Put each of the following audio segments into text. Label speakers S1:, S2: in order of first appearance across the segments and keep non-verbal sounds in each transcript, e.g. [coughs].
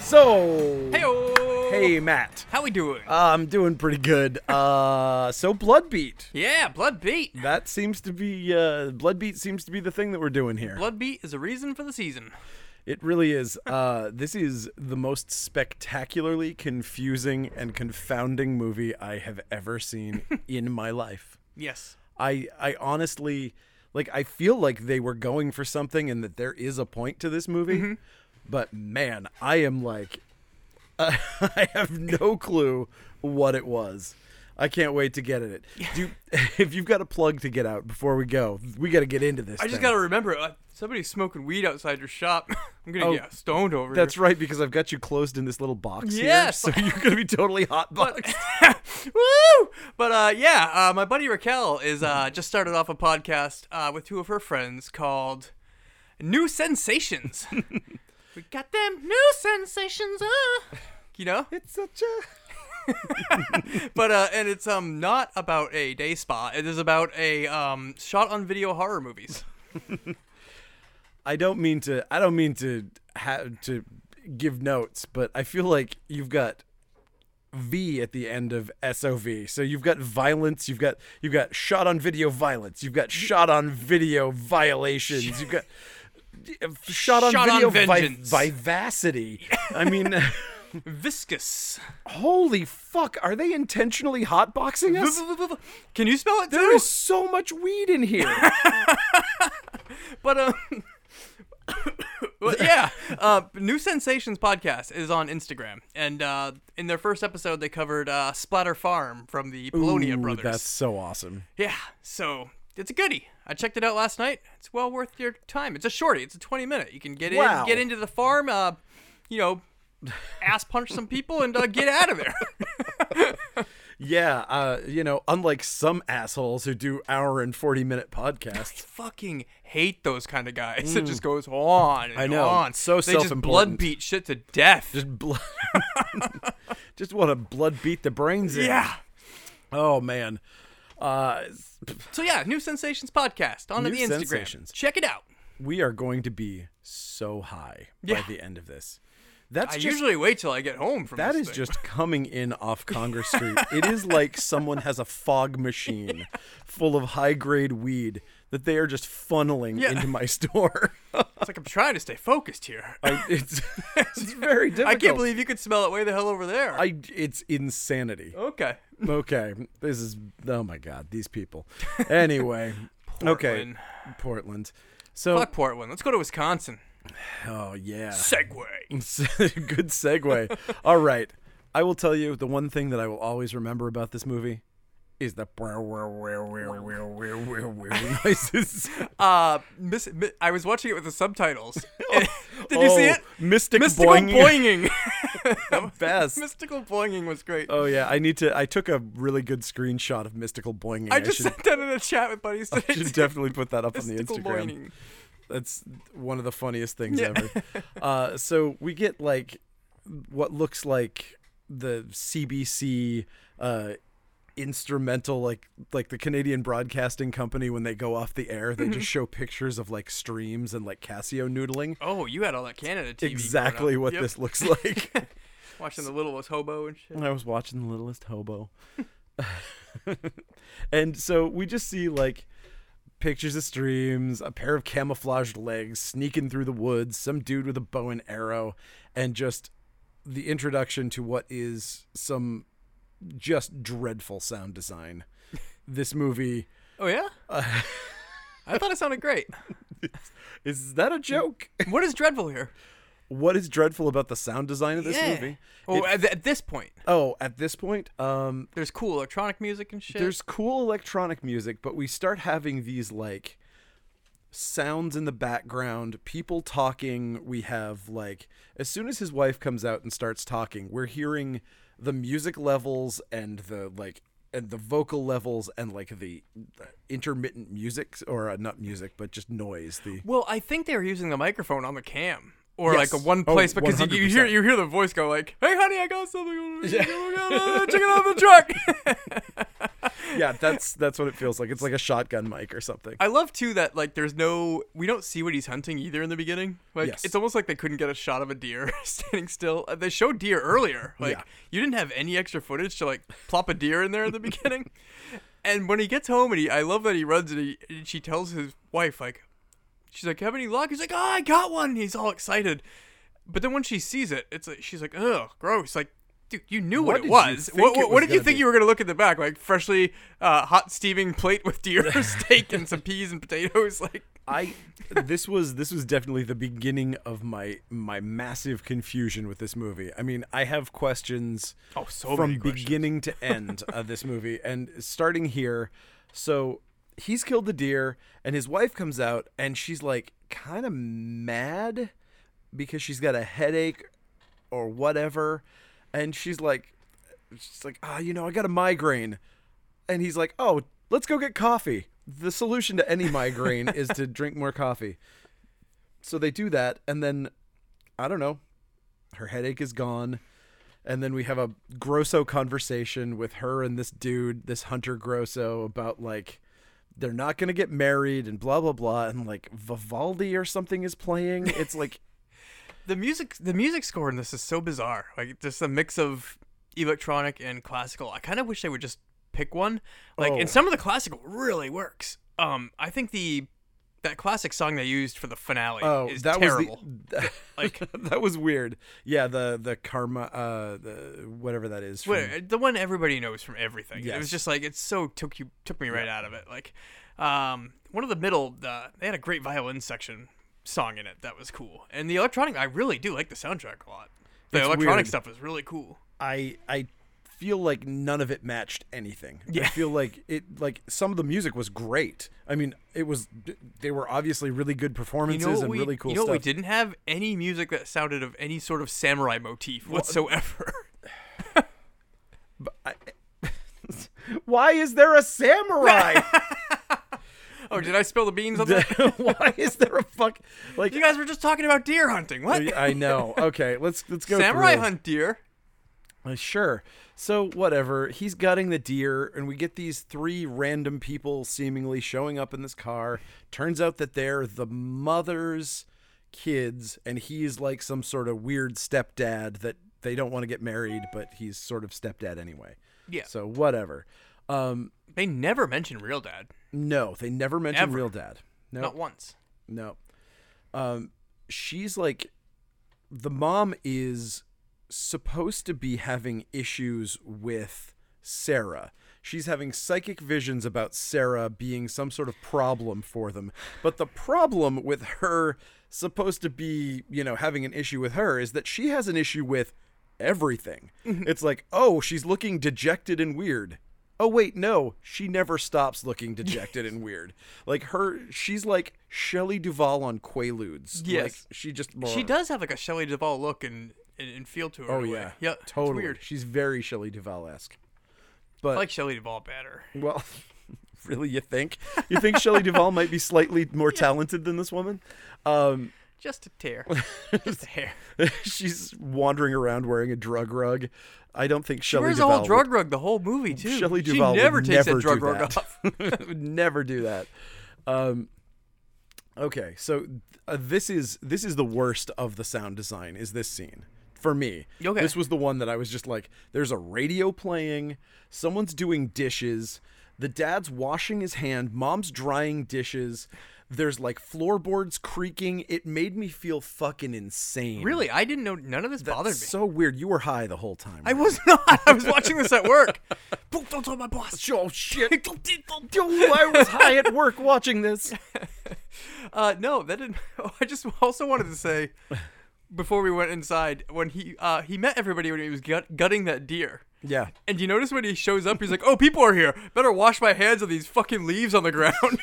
S1: So,
S2: Heyo.
S1: hey Uh, Matt,
S2: How we doing?
S1: I'm doing
S2: [laughs]
S1: pretty good. Uh, so Bloodbeat.
S2: yeah, Blood Beat.
S1: That seems to be uh, Bloodbeat seems to be the thing that we're doing here.
S2: Blood Beat is a reason for the season.
S1: It really is. Uh, this is the most spectacularly confusing and confounding movie I have
S2: [laughs]
S1: ever seen in my life.
S2: Yes.
S1: I I honestly like I feel like they were going for something and that there is a point to this movie.
S2: Mm-hmm.
S1: But man, I am like [laughs] uh, I have no clue what it was. I can't wait to get at it. Do you, [laughs] if you've got a plug to get out before we go, we got to get into this.
S2: I just
S1: thing.
S2: got to remember uh, somebody's smoking weed outside your shop. [laughs] I'm going to
S1: Oh,
S2: get stoned over
S1: That's
S2: here.
S1: right because I've got you closed in this little box
S2: Yes.
S1: here, so you're gonna be totally hot box.
S2: [laughs] That's Woo! But uh, yeah, uh, my buddy Raquel is uh, just started off a podcast uh, with two of her friends called New
S1: [laughs]
S2: Sensations. we got them new sensations. Uh, you
S1: [laughs]
S2: know?
S1: It's such a
S2: but uh, and it's um not about a day spa. It is about a um shot on video horror movies.
S1: I don't mean to. I don't mean to have to give notes, but I feel like you've got V at the end of SOV. So you've got violence. You've got you've got shot on video violence. You've got shot on video violations. You've got shot on
S2: Shot on
S1: video vi-
S2: vengeance.
S1: vivacity.
S2: [laughs]
S1: I mean,
S2: Viscous.
S1: holy fuck! Are they intentionally hotboxing us?
S2: Can you spell it too?
S1: There is so much weed in here.
S2: But um. [coughs] well, yeah, uh, New Sensations podcast is on Instagram, and uh, in their first episode, they covered uh, Splatter Farm from the Polonia
S1: Ooh,
S2: brothers.
S1: That's so awesome.
S2: Yeah, so it's a goodie. I checked it out last night. It's well worth your time. It's a shorty. It's a twenty minute. You can get
S1: Wow.
S2: in, get into the farm, uh, you know, ass punch some people, and uh, get out of there. [laughs]
S1: Yeah, uh, you know, unlike some assholes who do hour and forty minute podcasts, [laughs]
S2: Fucking hate those kind of guys. It just goes on and
S1: Mm. I know.
S2: on.
S1: So
S2: they just blood
S1: self-important.
S2: beat shit to death.
S1: just blood, [laughs] just want to blood beat the brains in.
S2: yeah.
S1: Oh man. Uh,
S2: So yeah, New Sensations podcast on
S1: New
S2: the Instagram.
S1: Sensations.
S2: Check it out.
S1: we are going to be so high
S2: Yeah.
S1: by the end of this. That's
S2: I
S1: just
S2: usually wait till I get home from
S1: that
S2: this
S1: is
S2: thing.
S1: just coming
S2: [laughs]
S1: in off Congress Street. It is like someone has a fog machine full of high grade weed that they are just funneling
S2: Yeah.
S1: into my store.
S2: It's like I'm trying to stay focused here. [laughs] I,
S1: I, [laughs] it's it's very difficult.
S2: can't believe you could smell it way the hell over there.
S1: I it's insanity.
S2: okay.
S1: okay. This is oh my god, these people. Anyway,
S2: [laughs]
S1: okay,
S2: Portland.
S1: Portland. So
S2: Fuck Portland. Let's go to Wisconsin.
S1: oh yeah, [laughs]
S2: Segway.
S1: good segue. All right, I will tell you the one thing that I will always remember about this movie is the noises.
S2: [laughs] Uh, miss, mi- I was watching it with the
S1: [laughs]
S2: subtitles. [laughs] [laughs] Did you see
S1: Oh,
S2: it?
S1: Mystic
S2: Mystical
S1: boing.
S2: boinging. [laughs]
S1: [laughs] Best.
S2: Mystical boinging was great.
S1: Oh yeah, I need to. I took a really good screenshot of mystical boinging.
S2: I just
S1: should,
S2: sent that in a chat with buddies today.
S1: should definitely put that up on the
S2: Mystical
S1: Instagram.
S2: boinging.
S1: That's one of the funniest things
S2: Yeah.
S1: ever.
S2: [laughs]
S1: Uh, so we get like what looks like the CBC uh, instrumental, like like the Canadian Broadcasting Company when they go off the air,
S2: Mm-hmm.
S1: they just show pictures of like streams and like Casio noodling.
S2: Oh, you had all that Canada TV. growing up.
S1: Exactly what
S2: Yep.
S1: this looks [laughs] like.
S2: Watching the littlest hobo and shit.
S1: I was watching The Littlest Hobo. [laughs] and so we just see like pictures of streams, a pair of camouflaged legs sneaking through the woods, some dude with a bow and arrow, and just the introduction to what is some just dreadful sound design. This movie
S2: Oh
S1: [laughs]
S2: yeah. I thought it sounded great.
S1: is that a joke?
S2: What is dreadful here?
S1: what is dreadful about the sound design of this movie?
S2: Oh,
S1: It-
S2: at, at this point,
S1: oh, at this point, um,
S2: there's cool electronic music and shit.
S1: there's cool electronic music, but we start having these like sounds in the background, people talking. We have like as soon as his wife comes out and starts talking, we're hearing the music levels and the like and the vocal levels and like the intermittent music or uh, not music but just noise the
S2: well, I think they were using the microphone on the cam or
S1: Yes.
S2: like a one
S1: Oh,
S2: place because you, you hear
S1: 100%.
S2: you hear the voice
S1: [laughs]
S2: go like, "Hey, honey, I got something. over here. Check it out in the truck."
S1: yeah, that's that's what it feels like. It's like a shotgun mic or something.
S2: I love too that like there's no we don't see what he's hunting either in the beginning. Like
S1: Yes.
S2: it's almost like they couldn't get a shot of a deer [laughs] standing still. Uh, They showed deer earlier. Like
S1: Yeah.
S2: you didn't have any extra footage to like plop a deer in there at the [laughs] beginning. And when he gets home and he I love that he runs and, he, and she tells his wife like she's like have any luck? He's like oh I got one. And he's all excited. But then when she sees it, it's like she's like ugh gross like. Dude, you knew
S1: What
S2: what,
S1: did
S2: it
S1: you
S2: was.
S1: think
S2: What, what,
S1: it was
S2: what did you
S1: gonna
S2: think
S1: be?
S2: you were gonna look at the back like freshly uh, hot steaming plate with deer
S1: [laughs]
S2: steak and some peas and potatoes like
S1: I this was this was definitely the beginning of my my massive confusion with this movie. I mean, I have questions
S2: Oh, so
S1: from
S2: many questions.
S1: beginning to end of this movie and starting here. So, he's killed the deer and his wife comes out and she's like kind of mad because she's got a headache or whatever and she's like she's like, "Ah, you know, I got a migraine." and he's like, "Oh, let's go get coffee." The solution to any migraine is
S2: [laughs]
S1: to drink more coffee. So they do that, and then I don't know, her headache is gone, and then we have a Grosso conversation with her and this dude, this Hunter Grosso, about like they're not gonna get married and blah blah blah, and like Vivaldi or something is playing.
S2: [laughs]
S1: It's like
S2: the music the music score in this is so bizarre like just a mix of electronic and classical i kind of wish they would just pick one like
S1: Oh.
S2: and some of the classical really works um i think the that classic song they used for the finale
S1: oh,
S2: is
S1: that
S2: terrible
S1: was [laughs] the,
S2: Like-
S1: that was weird. Yeah, the the karma, uh, the whatever that is. from-
S2: Wait, the one everybody knows from everything. It
S1: Yes.
S2: was just like it so took you took me right out of it. Like, um, one of the middle, uh, they had a great violin section song in it that was cool, and the electronic. I really do like the soundtrack a lot. The
S1: It's
S2: electronic
S1: weird.
S2: stuff is really cool.
S1: I I feel like none of it matched anything. I
S2: Yeah.
S1: feel like it like some of the music was great. I mean, it was they were obviously really good
S2: You
S1: performances
S2: know, what
S1: and
S2: we,
S1: really cool
S2: you know what
S1: stuff.
S2: we didn't have any music that sounded of any sort of samurai motif whatsoever. [laughs]
S1: Why is there
S2: [laughs]
S1: a samurai? [laughs]
S2: oh, did I spill the beans on that?
S1: Why is there a fuck like
S2: You guys were just talking about deer hunting. What?
S1: I know. Okay, let's let's go
S2: samurai
S1: through.
S2: hunt deer.
S1: Uh, sure. So whatever. He's gutting the deer, and we get these three random people seemingly showing up in this car. Turns out that they're the mother's kids, and he's like some sort of weird stepdad that they don't want to get married, but he's sort of stepdad anyway.
S2: Yeah.
S1: So whatever. Um,
S2: They never mention real dad.
S1: no, they never mention
S2: Ever.
S1: real dad. No,
S2: Not once.
S1: no. Um, she's like, the mom is supposed to be having issues with Sarah. She's having psychic visions about Sarah being some sort of problem for them. But the problem with her supposed to be, you know, having an issue with her is that she has an issue with everything.
S2: Mm-hmm.
S1: It's like, oh, she's looking dejected and weird. Oh wait, no, she never stops looking
S2: [laughs]
S1: dejected and weird. Like her she's like Shelley Duvall on Quaaludes.
S2: Yes.
S1: Like she just
S2: She does have like a Shelley Duvall look and, and, and feel to her.
S1: Oh
S2: in a way.
S1: yeah,
S2: yeah,
S1: totally.
S2: It's weird.
S1: She's very Shelley Duvall esque.
S2: I like Shelley Duvall better.
S1: Well, [laughs] really, you think? You think Shelley Duvall might be slightly more talented than this woman? [laughs] Um,
S2: Just a
S1: [laughs]
S2: tear, just a hair.
S1: she's wandering around wearing a drug rug. I don't think Shelley
S2: Where's the
S1: Duvall
S2: whole drug rug the whole movie too?
S1: Shelley
S2: She
S1: Duvall would
S2: never takes
S1: never
S2: that drug
S1: do
S2: rug
S1: that.
S2: off.
S1: [laughs] would, would never do that. Um, okay, so uh, this is this is the worst of the sound design. Is this scene? For me,
S2: Okay.
S1: this was the one that I was just like, there's a radio playing, someone's doing dishes, the dad's washing his hand, mom's drying dishes, there's like floorboards creaking. It made me feel fucking insane.
S2: Really, I didn't know none of
S1: [laughs]
S2: this bothered me.
S1: So weird. You were high the whole time.
S2: I was not. I was watching this at
S1: [laughs]
S2: work. Don't don't tell my boss.
S1: Oh shit! [laughs] Yo, I was high at work watching this.
S2: Uh, no, that didn't. [laughs] Oh, I just also wanted to
S1: [laughs]
S2: say, before we went inside, when he uh, he met everybody when he was gut- gutting that deer.
S1: Yeah.
S2: And you notice when he shows up, he's like, "Oh, people are here. Better wash my hands of these fucking leaves on the ground."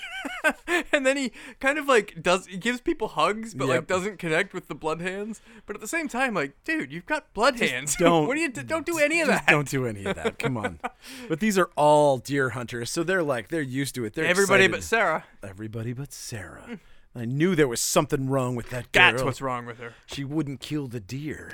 S2: [laughs] and then he kind of like does he gives people hugs, but
S1: Yep.
S2: like doesn't connect with the blood hands. But at the same time, like, dude, you've got blood hands. [laughs]
S1: don't-
S2: what do you do? Don't do any of
S1: Just
S2: that.
S1: don't do any of that. Come on. But these are all deer hunters, so they're like they're used to it. They're
S2: Everybody but
S1: excited.
S2: Sarah.
S1: everybody but Sarah. I knew there was something wrong with that girl.
S2: That's what's wrong with her.
S1: [laughs] she wouldn't kill the deer.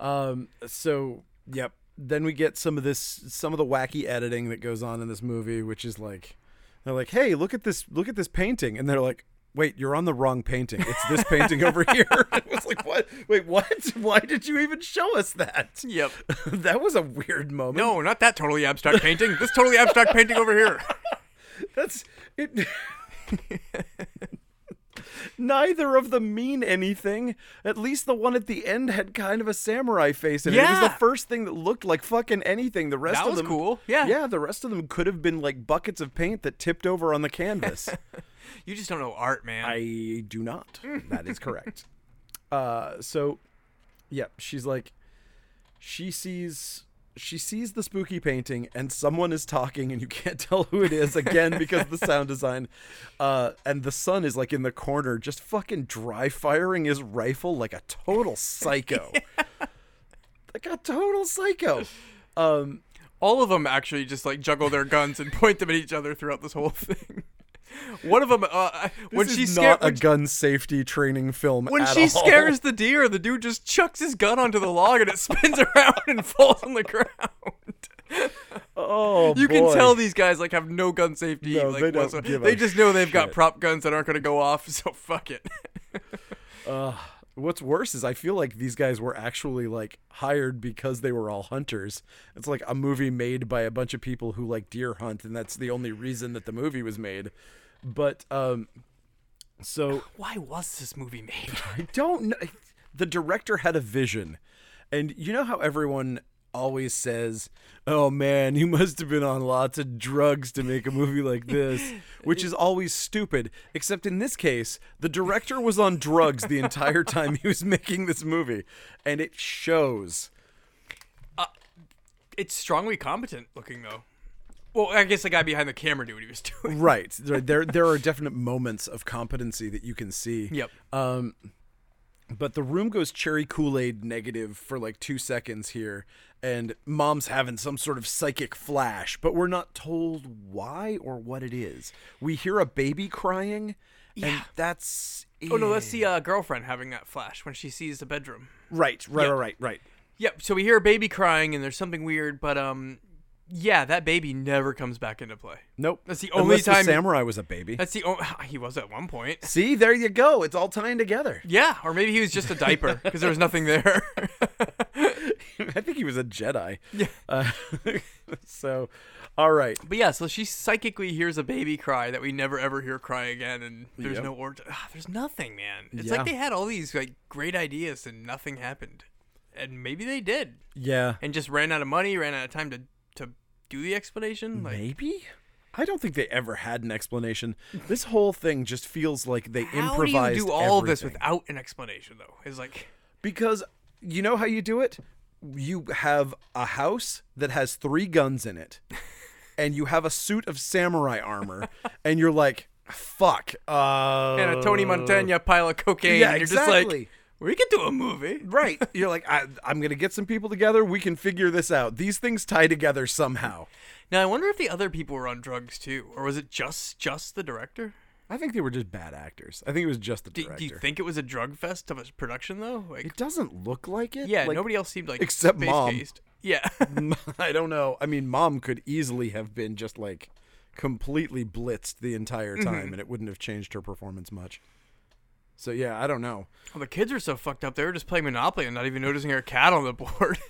S1: um. So yep. then we get some of this some of the wacky editing that goes on in this movie which is like they're like hey look at this look at this painting and they're like wait you're on the wrong painting it's this painting over here [laughs] it was like what wait what [laughs] why did you even show us that
S2: Yep.
S1: [laughs] that was a weird moment
S2: No, not that totally abstract painting. This totally abstract painting over here. [laughs]
S1: that's it neither of them mean anything at least the one at the end had kind of a samurai face in it it was the
S2: Yeah.
S1: first thing that looked like fucking anything the rest
S2: That
S1: of
S2: was
S1: them
S2: cool. Yeah.
S1: yeah the rest of them could have been like buckets of paint that tipped over on the canvas
S2: You just don't know art, man.
S1: I do not.
S2: Hmm.
S1: That
S2: [laughs]
S1: is correct. uh, so, yeah, she's like, she sees she sees the spooky painting, and someone is talking, and you can't [laughs] tell who it is again because of the
S2: [laughs]
S1: sound design. Uh, and the son is like in the corner, just fucking dry firing his rifle like a
S2: [laughs]
S1: total psycho, like a total psycho. Um,
S2: All of them actually just like juggle their guns and [laughs] point them at each other throughout this whole [laughs] thing. One of them, uh, I- when
S1: this
S2: she
S1: is
S2: scared,
S1: not a gun safety training film.
S2: when
S1: at
S2: she
S1: all.
S2: scares the deer, the dude just chucks his gun onto the log and it spins [laughs] around and falls on the ground.
S1: [laughs] oh,
S2: You can
S1: boy.
S2: tell these guys like have no gun safety.
S1: No,
S2: like,
S1: they don't
S2: whatsoever.
S1: give a
S2: they just know they've got
S1: shit.
S2: prop guns that aren't going to go off, [laughs] so fuck it.
S1: Uh, what's worse is I feel like these guys were actually like hired because they were all hunters. It's like a movie made by a bunch of people who like deer hunt, and that's the only reason that the movie was made. But um, so
S2: Why was this movie made?
S1: I don't know. The director had a vision, and you know how everyone always says, "Oh man, you [laughs] must have been on lots of drugs to make a movie like [laughs] this," which is always stupid. Except in this case, the director was on drugs the entire time he was making this movie, and it shows.
S2: It's strongly competent looking though. Well, I guess the guy behind the camera knew what he was [laughs] doing.
S1: Right there, there, there are definite moments of competency that you can see.
S2: Yep.
S1: But the room goes cherry Kool Aid negative for like two seconds here, and mom's having some sort of psychic flash, but we're not told why or what it is. We hear a baby crying, and that's.
S2: oh no, that's
S1: it.
S2: the uh, girlfriend having that flash when she sees the bedroom.
S1: Right, right,
S2: Yeah.
S1: right, right, right.
S2: Yep. So we hear a baby crying and there's something weird, but um, yeah, that baby never comes back into play.
S1: Nope.
S2: That's the only
S1: Unless
S2: time-
S1: the samurai was a baby.
S2: That's the only [sighs] he was at one point.
S1: See, there you go. It's all tying together. [laughs]
S2: Yeah, or maybe he was just a diaper because there was nothing there. [laughs]
S1: I think he was a Jedi. Yeah. Uh, [laughs] so, all right.
S2: but yeah, so she psychically hears a baby cry that we never ever hear cry again, and there's
S1: Yep.
S2: no order. Ah, there's nothing, man. It's
S1: Yeah.
S2: like they had all these like great ideas and nothing happened, and maybe they did,
S1: Yeah.
S2: and just ran out of money, ran out of time to to do the explanation. Like
S1: Maybe? I don't think they ever had an explanation. This whole thing just feels like they
S2: how do
S1: improvised.
S2: you do all of this
S1: everything.
S2: without an explanation though? Is like
S1: Because you know how you do it? You have a house that has three guns in [laughs] it, and you have a suit of samurai armor, and you're like, fuck. Uh,
S2: and a Tony Montana pile of cocaine.
S1: Yeah,
S2: and you're just
S1: exactly.
S2: like we could do a movie.
S1: Right. You're like, I, I'm going to get some people together. We can figure this out. These things tie together somehow.
S2: Now I wonder if the other people were on drugs too, or was it just just the director?
S1: I think they were just bad actors. I think it was just the
S2: Do,
S1: director.
S2: do you think it was a drug fest of a production though? Like
S1: it doesn't look like it.
S2: yeah,
S1: like,
S2: nobody else seemed like
S1: except Mom. Mm.
S2: space-cased. Yeah, [laughs]
S1: Um, [laughs] I don't know. I mean, mom could easily have been just like completely blitzed the entire time and it wouldn't have changed her performance much. So yeah, I don't know.
S2: well, Oh, the kids were so fucked up they were just playing Monopoly and not even noticing our cat on the board. [laughs]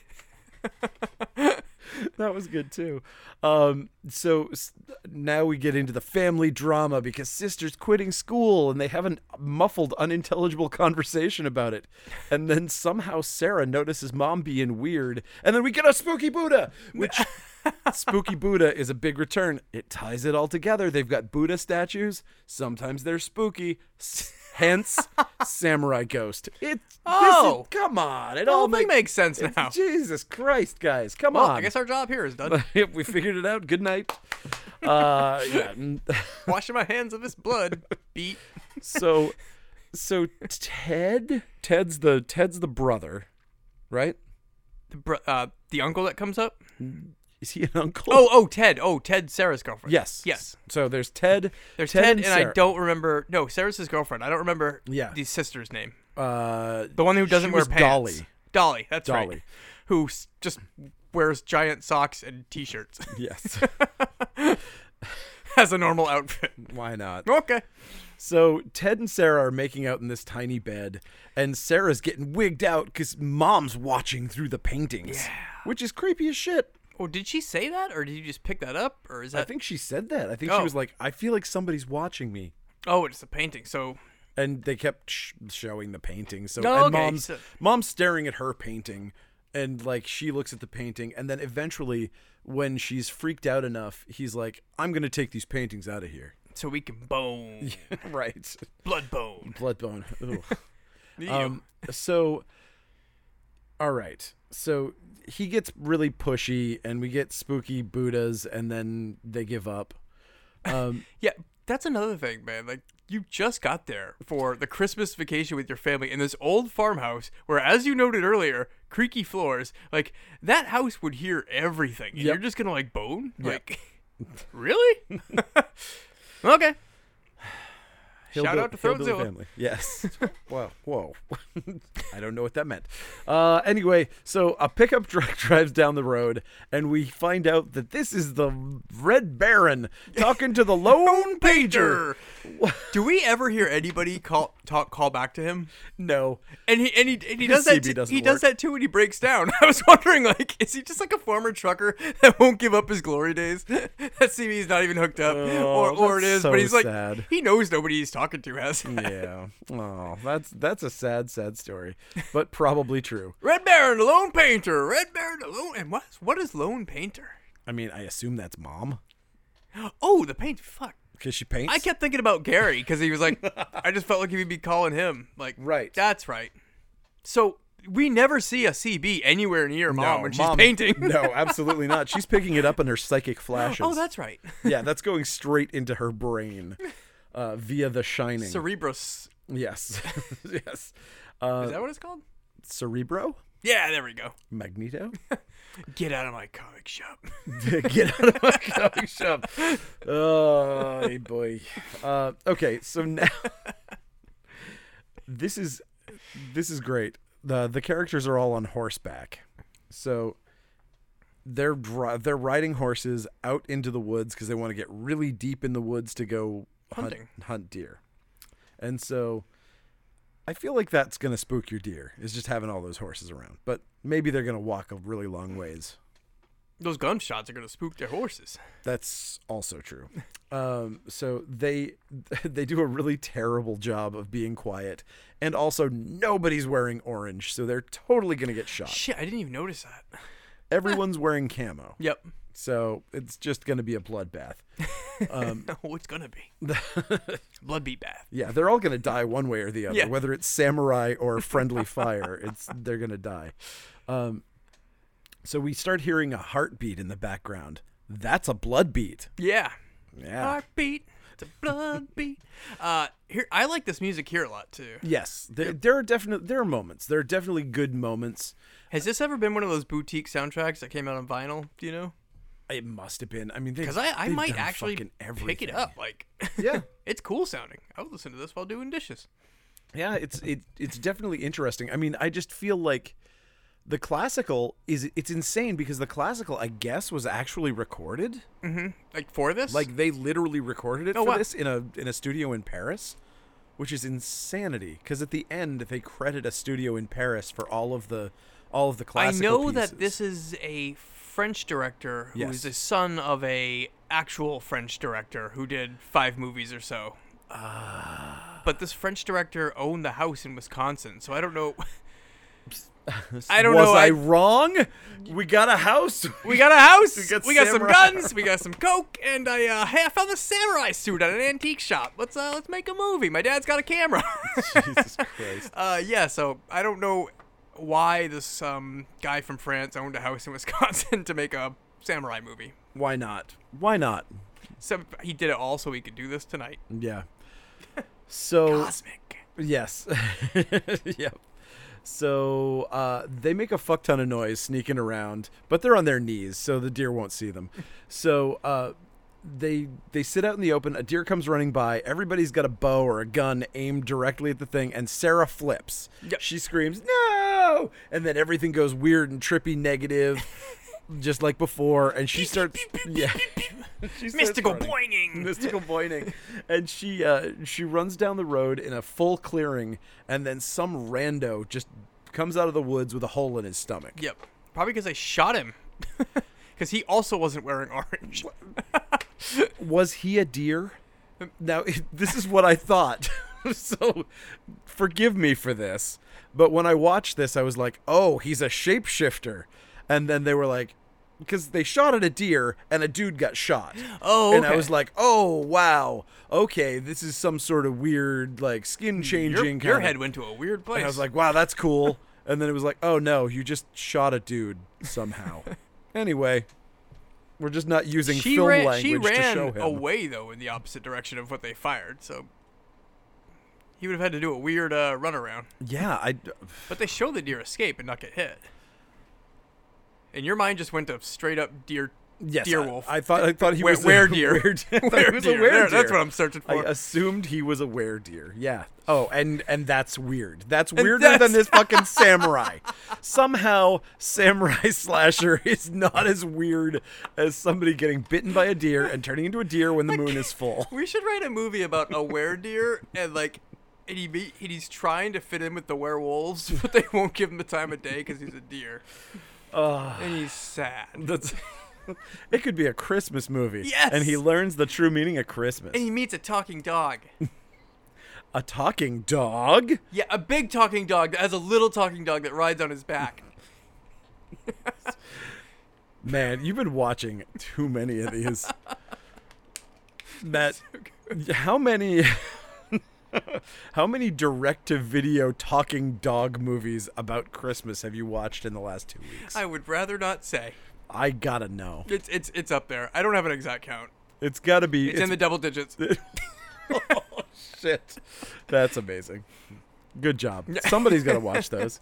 S1: That was good too. Um so s- now we get into the family drama because sister's quitting school and they have an muffled unintelligible conversation about it. And then somehow Sarah notices mom being weird and then we get a spooky Buddha,
S2: [laughs]
S1: which Spooky Buddha is a big return. It ties it all together. They've got Buddha statues. Sometimes they're spooky. S- Hence, samurai ghost. It. this is-
S2: Oh.
S1: come on! It
S2: The
S1: all
S2: whole thing
S1: makes.
S2: makes sense now.
S1: Jesus Christ, guys, come
S2: Well,
S1: on!
S2: I guess our job here is
S1: [laughs]
S2: done.
S1: Yep, we figured it out. Good night. Uh, yeah. [laughs] n-
S2: Washing my hands of this
S1: [laughs]
S2: blood. Beat.
S1: So, so Ted, Ted's the Ted's the brother, right?
S2: The, br- uh, the uncle that comes up.
S1: Is he an uncle?
S2: Oh, oh, Ted. Oh, Ted, Sarah's girlfriend.
S1: yes,
S2: yes.
S1: So there's Ted.
S2: There's Ted, and, I
S1: Sarah.
S2: don't remember. No, Sarah's his girlfriend. I don't remember.
S1: Yeah.
S2: the sister's name.
S1: Uh,
S2: The one who
S1: She
S2: doesn't wear
S1: was
S2: pants.
S1: Dolly.
S2: Dolly. That's
S1: Dolly.
S2: right. Who s- just wears giant socks and t-shirts [laughs]
S1: Yes. [laughs]
S2: as a normal outfit.
S1: Why not?
S2: Okay.
S1: So Ted and Sarah are making out in this tiny bed, and Sarah's getting wigged out because mom's watching through the paintings, which is creepy as shit.
S2: Oh, did she say that, or did you just pick that up, or is
S1: I
S2: that?
S1: think she said that. I think
S2: Oh.
S1: she was like, "I feel like somebody's watching me,"
S2: Oh, it's a painting. So
S1: and they kept sh- showing the painting. So
S2: Oh,
S1: and
S2: okay,
S1: mom's
S2: so-
S1: mom's staring at her painting, and like she looks at the painting, and then eventually, when she's freaked out enough, he's like, "I'm gonna take these paintings out
S2: [laughs]
S1: of here."
S2: so we can bone,
S1: right,
S2: blood bone.
S1: Bloodbone. Ugh.
S2: [laughs] You.
S1: Um, so, all right. So he gets really pushy, and we get spooky Buddhas, and then they give up. Um,
S2: yeah, that's another thing, man. Like you just got there for the Christmas vacation with your family in this old farmhouse, where, as you noted earlier, creaky floors. Like that house would hear everything, and you're just gonna like bone. Like, [laughs] really? [laughs] okay. Shout out to
S1: hillbilly
S2: Throatzilla.
S1: family. Yes. [laughs] Whoa. Whoa. [laughs] I don't know what that meant. Uh, anyway, so a pickup truck [laughs] drives down the road, and we find out that this is the Red Baron talking to
S2: [laughs]
S1: the Lone Pager.
S2: Sure. Do we ever hear anybody call talk call back to him?
S1: No.
S2: And he and he, and he does
S1: His
S2: that.
S1: CB
S2: t-
S1: doesn't
S2: he does
S1: work.
S2: that too when he breaks down. [laughs] I was wondering, like, is he just like a former trucker that won't give up his glory days? [laughs] that CB is not even hooked up, or
S1: Oh,
S2: or it
S1: that's
S2: is,
S1: so
S2: but he's like,
S1: sad.
S2: he knows nobody he's talking to has. that.
S1: Yeah. Oh, that's that's a sad, sad story, but probably true.
S2: Red Baron, lone painter. Red Baron, lone. And what? What is lone painter?
S1: I mean, I assume that's mom
S2: Oh, the paint. Fuck.
S1: because she paints.
S2: I kept thinking about Gary because he was
S1: [laughs]
S2: like, I just felt like he would be calling him. Like,
S1: Right.
S2: That's right. So we never see a CB anywhere near mom when she's
S1: Mom-
S2: painting.
S1: No, absolutely not. She's picking it up in her psychic flashes.
S2: [laughs] Oh, that's
S1: [laughs]
S2: right. [laughs]
S1: yeah, that's going straight into her brain uh, via the shining.
S2: Cerebrus.
S1: yes, [laughs] yes. Uh,
S2: Is that what it's called?
S1: Cerebro,
S2: Yeah, there we go.
S1: Magneto. [laughs]
S2: Get out of my comic shop.
S1: Get [laughs] out of my comic shop. Oh hey, boy. Uh, okay, so now [laughs] this is this is great. the The characters are all on horseback, so they're dri- they're riding horses out into the woods because they want to get really deep in the woods to go hunt,
S2: Hunting.
S1: hunt deer, and so. I feel like that's gonna spook your deer is just having all those horses around, but maybe they're gonna walk a really long ways.
S2: [laughs] Those gunshots are gonna spook their horses.
S1: That's also true. Um, so they [laughs] they do a really terrible job of being quiet, and also nobody's wearing orange, so they're totally gonna get shot.
S2: Shit, I didn't even notice that.
S1: Everyone's wearing camo,
S2: Yep.
S1: so it's just gonna be a bloodbath. Um,
S2: [laughs] oh, it's gonna be
S1: [laughs]
S2: blood beat bath.
S1: Yeah, they're all gonna die one way or the other,
S2: Yeah.
S1: whether it's samurai or friendly fire. It's they're gonna die. Um, so we start hearing a heartbeat in the background. That's a blood beat.
S2: Yeah.
S1: Yeah.
S2: Heartbeat. It's a blood beat. Uh, here I like this music here a lot too.
S1: Yes, there, there are definitely there are moments. There are definitely good moments.
S2: Has this ever been one of those boutique soundtracks that came out on vinyl? Do you know?
S1: It must have been. I mean, because
S2: Because I, I might actually pick it up. Like,
S1: [laughs]
S2: [laughs]
S1: Yeah,
S2: it's cool sounding. I would listen to this while doing dishes.
S1: yeah. It's it it's definitely interesting. I mean, I just feel like the classical is it's insane because the classical, I guess, was actually recorded.
S2: Like for this,
S1: Like they literally recorded it for
S2: Oh, wow.
S1: this in a in a studio in Paris, which is insanity. Because at the end, they credit a studio in Paris for all of the all of the
S2: I
S1: classical.
S2: know
S1: pieces.
S2: that this is a French director who is
S1: Yes.
S2: the son of a actual French director who did five movies or so.
S1: Ah.
S2: But this French director owned the house in Wisconsin, so I don't know. [laughs] I don't
S1: was
S2: know.
S1: I,
S2: I-
S1: wrong? We got a house. [laughs]
S2: We got a house. We
S1: got
S2: got, some
S1: samurai.
S2: guns. We got some coke, and I, uh, hey, I found a samurai suit at an antique shop. Let's uh, let's make a movie. My dad's got a camera. [laughs]
S1: Jesus Christ.
S2: Uh, yeah, so I don't know why this um, guy from France owned a house in [laughs] Wisconsin to make a samurai movie.
S1: Why not? Why not?
S2: So he did it all so he could do this tonight. [laughs]
S1: Yeah. So
S2: Cosmic.
S1: yes. [laughs] yep. So uh, they make a fuck ton of noise sneaking around, but they're on their knees, so the deer won't
S2: [laughs]
S1: see them. So uh, they they sit out in the open. A deer comes running by. Everybody's got a bow or a gun aimed directly at the thing, and Sarah flips.
S2: Yep. [laughs]
S1: She screams no, and then everything goes weird and trippy, negative. just like before, and she starts yeah, [laughs] She starts
S2: Mystical
S1: running.
S2: boinging.
S1: [laughs] mystical boining, and she uh, she runs down the road in a full clearing, and then some rando just comes out of the woods with a hole in his stomach.
S2: Yep. Probably because I shot him. [laughs] Because he also wasn't wearing orange.
S1: Was he a deer? Now [laughs] this is what I thought. [laughs] so forgive me for this, but when I watched this, I was like, "Oh, he's a shapeshifter," and then they were like. Because they shot at a deer and a dude got shot.
S2: Oh,
S1: And I
S2: okay.
S1: was like, oh, wow. Okay, this is some sort of weird, like,
S2: Hmm,
S1: skin
S2: Your,
S1: changing
S2: your head went to a weird place.
S1: And I was like, wow, that's cool. and then it was like, oh no, you just shot a dude
S2: [laughs]
S1: somehow. anyway, we're just not using
S2: she
S1: film
S2: ran,
S1: language
S2: she
S1: to show
S2: ran
S1: him.
S2: away though in the opposite direction of what they fired, so he would have had to do a weird uh, runaround.
S1: Yeah, I.
S2: But they show the deer escape and not get hit. And your mind just went to straight up deer
S1: Yes,
S2: deer
S1: I-
S2: wolf.
S1: I, thought I thought he
S2: Were-
S1: was a [laughs]
S2: were deer. [laughs]
S1: were- I thought
S2: Were
S1: he was a
S2: deer.
S1: were
S2: There, that's
S1: deer.
S2: what I'm searching
S1: I
S2: for.
S1: assumed he was a were deer. Yeah. Oh, and and that's weird. That's
S2: And
S1: weirder
S2: that's-
S1: than this fucking samurai. Somehow, samurai [laughs] slasher is not as weird as somebody getting bitten by a deer and turning into a deer when the moon is full.
S2: We should write a movie about a were deer and like and he be, and he's trying to fit in with the werewolves, [laughs] but they won't give him the time of day because he's a deer
S1: Ugh.
S2: and he's sad.
S1: That's [laughs] it could be a Christmas movie.
S2: Yes!
S1: And he learns the true meaning of Christmas.
S2: And he meets a talking dog.
S1: a talking dog?
S2: Yeah, a big talking dog that has a little talking dog that rides on his back.
S1: [laughs] Man, you've been watching too many
S2: [laughs]
S1: of these. Matt, how many [laughs] how many direct to video talking dog movies about Christmas have you watched in the last 2 weeks?
S2: I would rather not say.
S1: I got to know.
S2: It's it's it's up there. I don't have an exact count.
S1: It's got to be
S2: It's, in the double digits. [laughs] Oh,
S1: shit. That's amazing. Good
S2: [laughs]
S1: job. Somebody's got to watch those.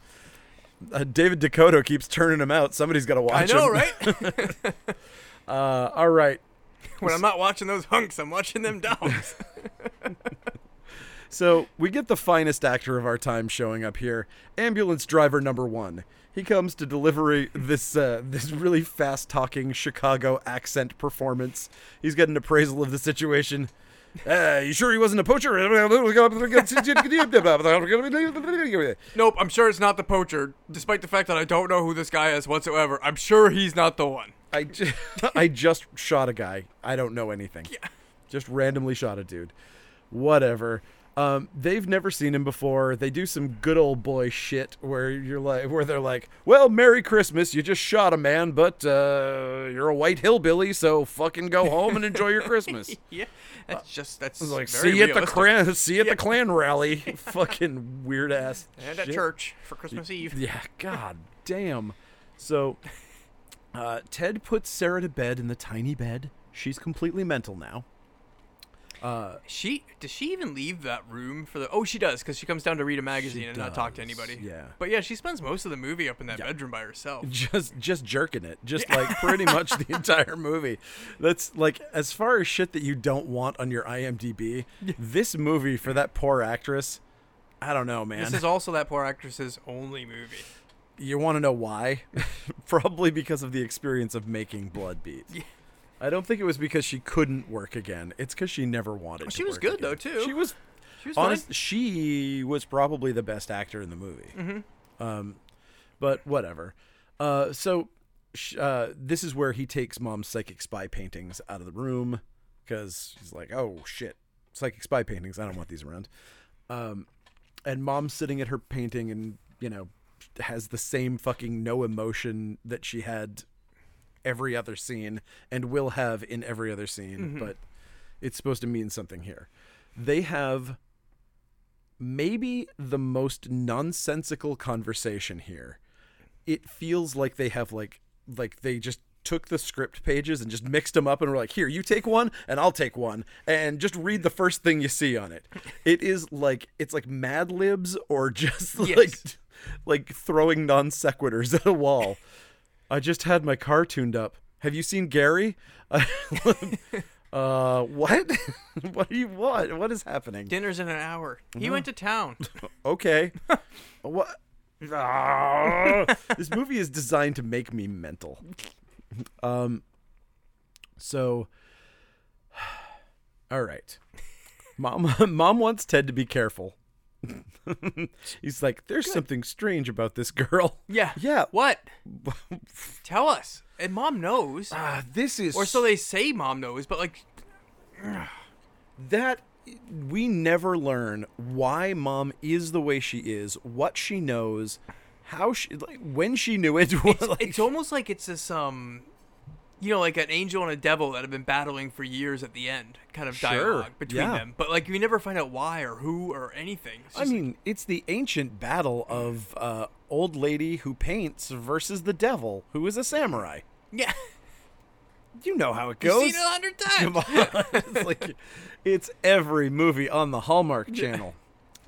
S1: Uh, David Dakota keeps turning them out. Somebody's got to
S2: I
S1: watch [laughs]
S2: know,
S1: 'em.
S2: right? [laughs]
S1: Uh, all right.
S2: when I'm not watching those hunks, I'm watching them
S1: [laughs]
S2: dogs.
S1: So we get the finest actor of our time showing up here, ambulance driver number one. He comes to deliver this uh, this really fast talking Chicago accent performance. He's got an appraisal of the situation. Uh, you sure he wasn't
S2: [laughs]
S1: a poacher? [laughs]
S2: nope, I'm sure it's not the poacher, despite the fact that I don't know who this guy is whatsoever. I'm sure he's not the one.
S1: I ju- [laughs] I just shot a guy. I don't know anything. Just randomly shot a dude. Whatever. Um, they've never seen him before. They do some good old boy shit where you're like, where they're like, "Well, Merry Christmas. You just shot a man, but uh, you're a white hillbilly, so fucking go home and enjoy your
S2: [laughs]
S1: Christmas."
S2: Yeah, that's just that's
S1: It's like,
S2: very
S1: see you at the
S2: realistic.
S1: clan, see you at the
S2: [laughs]
S1: clan rally. fucking weird ass.
S2: and at church for Christmas Eve.
S1: Yeah, god damn. So uh, Ted puts Sarah to bed in the tiny bed. She's completely mental now.
S2: She does she even leave that room for the? Oh, she does because she comes down to read a magazine and not talk to
S1: does,
S2: anybody.
S1: yeah.
S2: but yeah, she spends most of the movie up in that bedroom by herself.
S1: Just just jerking it. Just like pretty
S2: [laughs]
S1: much the entire movie. That's like as far as shit that you don't want on your IMDb, this movie for that poor actress, I don't know, man.
S2: This is also that poor actress's only movie.
S1: [laughs] you want to know
S2: [laughs]
S1: why? Probably because of the experience of making Blood Beat. I don't think it was because she couldn't work again. It's because she never wanted to.
S2: she was
S1: work
S2: good,
S1: again.
S2: though, too.
S1: She was.
S2: She was
S1: honest, she was probably the best actor in the movie. Um, but whatever. Uh, so sh- uh, this is where he takes mom's psychic spy paintings out of the room because he's like, oh shit, psychic spy paintings. I don't want these around. Um, and mom's sitting at her painting and you know has the same fucking no emotion that she had every other scene and will have in every other scene, but it's supposed to mean something here. They have maybe the most nonsensical conversation here. It feels like they have like like they just took the script pages and just mixed them up and were like, "Here, you take one and I'll take one and just read the first thing you see on it." It is like it's like Mad Libs or just like
S2: Yes.
S1: like throwing non sequiturs at a wall. I just had my car tuned up. Have you
S2: [laughs]
S1: seen Gary? uh, what? [laughs] what do you want? What is happening?
S2: Dinner's in an hour. He went to
S1: [laughs]
S2: town. [laughs]
S1: okay. what? Ah, this movie is designed to make me mental. So, [sighs] all right. Mom, [laughs] mom wants Ted to be careful. [laughs] He's like, there's something strange about this girl.
S2: Yeah.
S1: [laughs] Yeah.
S2: What?
S1: [laughs]
S2: Tell us. And mom knows.
S1: Ah, this is
S2: Or so they say mom knows, but like,
S1: that we never learn why mom is the way she is, what she knows, how she like when she knew it. [laughs] Was like,
S2: it's almost like it's this, um, you know, like an angel and a devil that have been battling for years at the end kind of
S1: Sure,
S2: dialogue between
S1: yeah.
S2: them. But like, you never find out why or who or anything. It's
S1: I
S2: just-
S1: mean, it's the ancient battle of uh, old lady who paints versus the devil who is a samurai.
S2: yeah. [laughs]
S1: You know how it
S2: You've
S1: goes.
S2: seen it a hundred times.
S1: [laughs] Come on. it's like it's every movie on the Hallmark Channel.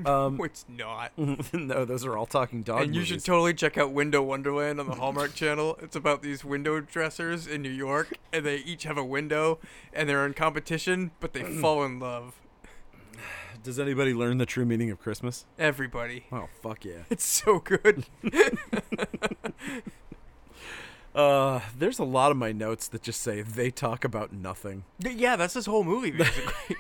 S1: Um,
S2: [laughs] It's not.
S1: [laughs] no, those are all talking dog
S2: And you
S1: movies.
S2: should totally check out Window Wonderland
S1: [laughs]
S2: on the Hallmark Channel. It's about these window dressers in New York, and they each have a window, and they're in competition, but
S1: [clears throat]
S2: they fall in love.
S1: Does anybody learn the true meaning of Christmas?
S2: Everybody.
S1: Oh fuck yeah.
S2: It's so
S1: [laughs]
S2: good.
S1: Uh, there's a lot of my notes that just say they talk about nothing.
S2: yeah, that's this whole movie.
S1: [laughs]
S2: basically.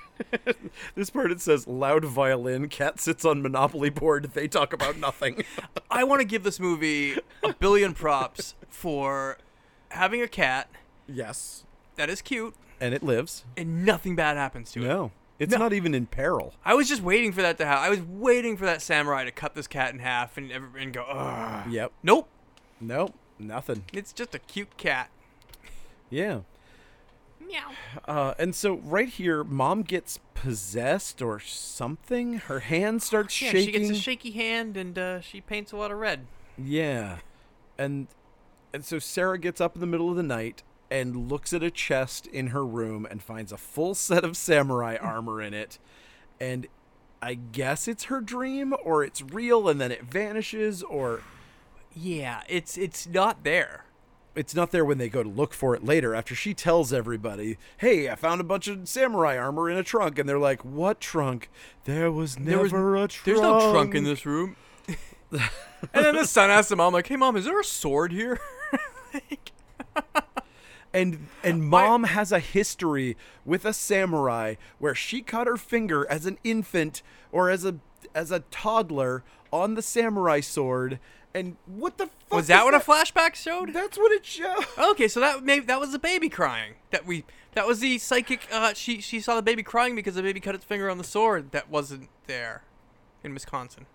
S1: This part it says loud violin, cat sits on monopoly board, they talk about nothing.
S2: I want to give this movie a billion props for having a cat
S1: [laughs] yes.
S2: that is cute,
S1: And it lives.
S2: and nothing bad happens to it.
S1: No. It's not even in peril.
S2: I was just waiting for that to happen. I was waiting for that samurai to cut this cat in half and, every- and go, ugh.
S1: Yep.
S2: Nope.
S1: Nope. Nothing.
S2: It's just a cute cat.
S1: Yeah.
S2: Meow.
S1: Uh, and so right here, mom gets possessed or something. Her hand starts
S2: Yeah,
S1: shaking.
S2: she gets a shaky hand and uh, she paints a lot of red.
S1: Yeah. And and so Sarah gets up in the middle of the night and looks at a chest in her room and finds a full set
S2: [laughs]
S1: of samurai armor in it. And I guess it's her dream or it's real and then it vanishes or
S2: Yeah, it's it's not there.
S1: it's not there when they go to look for it later after she tells everybody, "Hey, I found a bunch of samurai armor in a trunk." And they're like, "What trunk? There was never
S2: There was-
S1: a trunk."
S2: There's no trunk in this room. [laughs] and then the son asks the mom, like, "Hey, mom, is there a sword here?" [laughs] like,
S1: And and mom has a history with a samurai where she cut her finger as an infant or as a as a toddler on the samurai sword. And what the fuck
S2: was that
S1: is
S2: what a flashback showed?
S1: That's what it showed.
S2: Okay, so that maybe that was the baby crying. That we that was the psychic. Uh, she she saw the baby crying because the baby cut its finger on the sword that wasn't there in Wisconsin.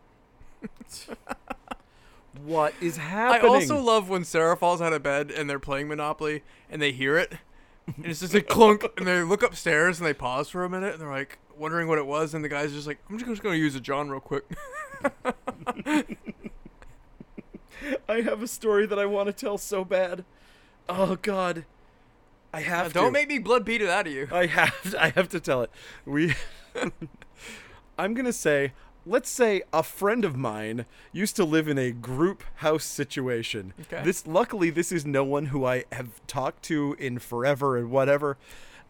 S1: What is
S2: I
S1: happening?
S2: also love when Sarah falls out of bed and they're playing Monopoly and they hear it. And it's [laughs] just a clunk and they look upstairs and they pause for a minute and they're like wondering what it was and the guy's just like, I'm just gonna use a John real quick.
S1: I have a story that I want to tell so bad. Oh God, I have to.
S2: [laughs] Don't make me blood beat it out [laughs] of you.
S1: [laughs] I have I have to tell it. We [laughs] I'm going to say let's say a friend of mine used to live in a group house situation.
S2: Okay.
S1: This luckily this is no one who I have talked to in forever and whatever.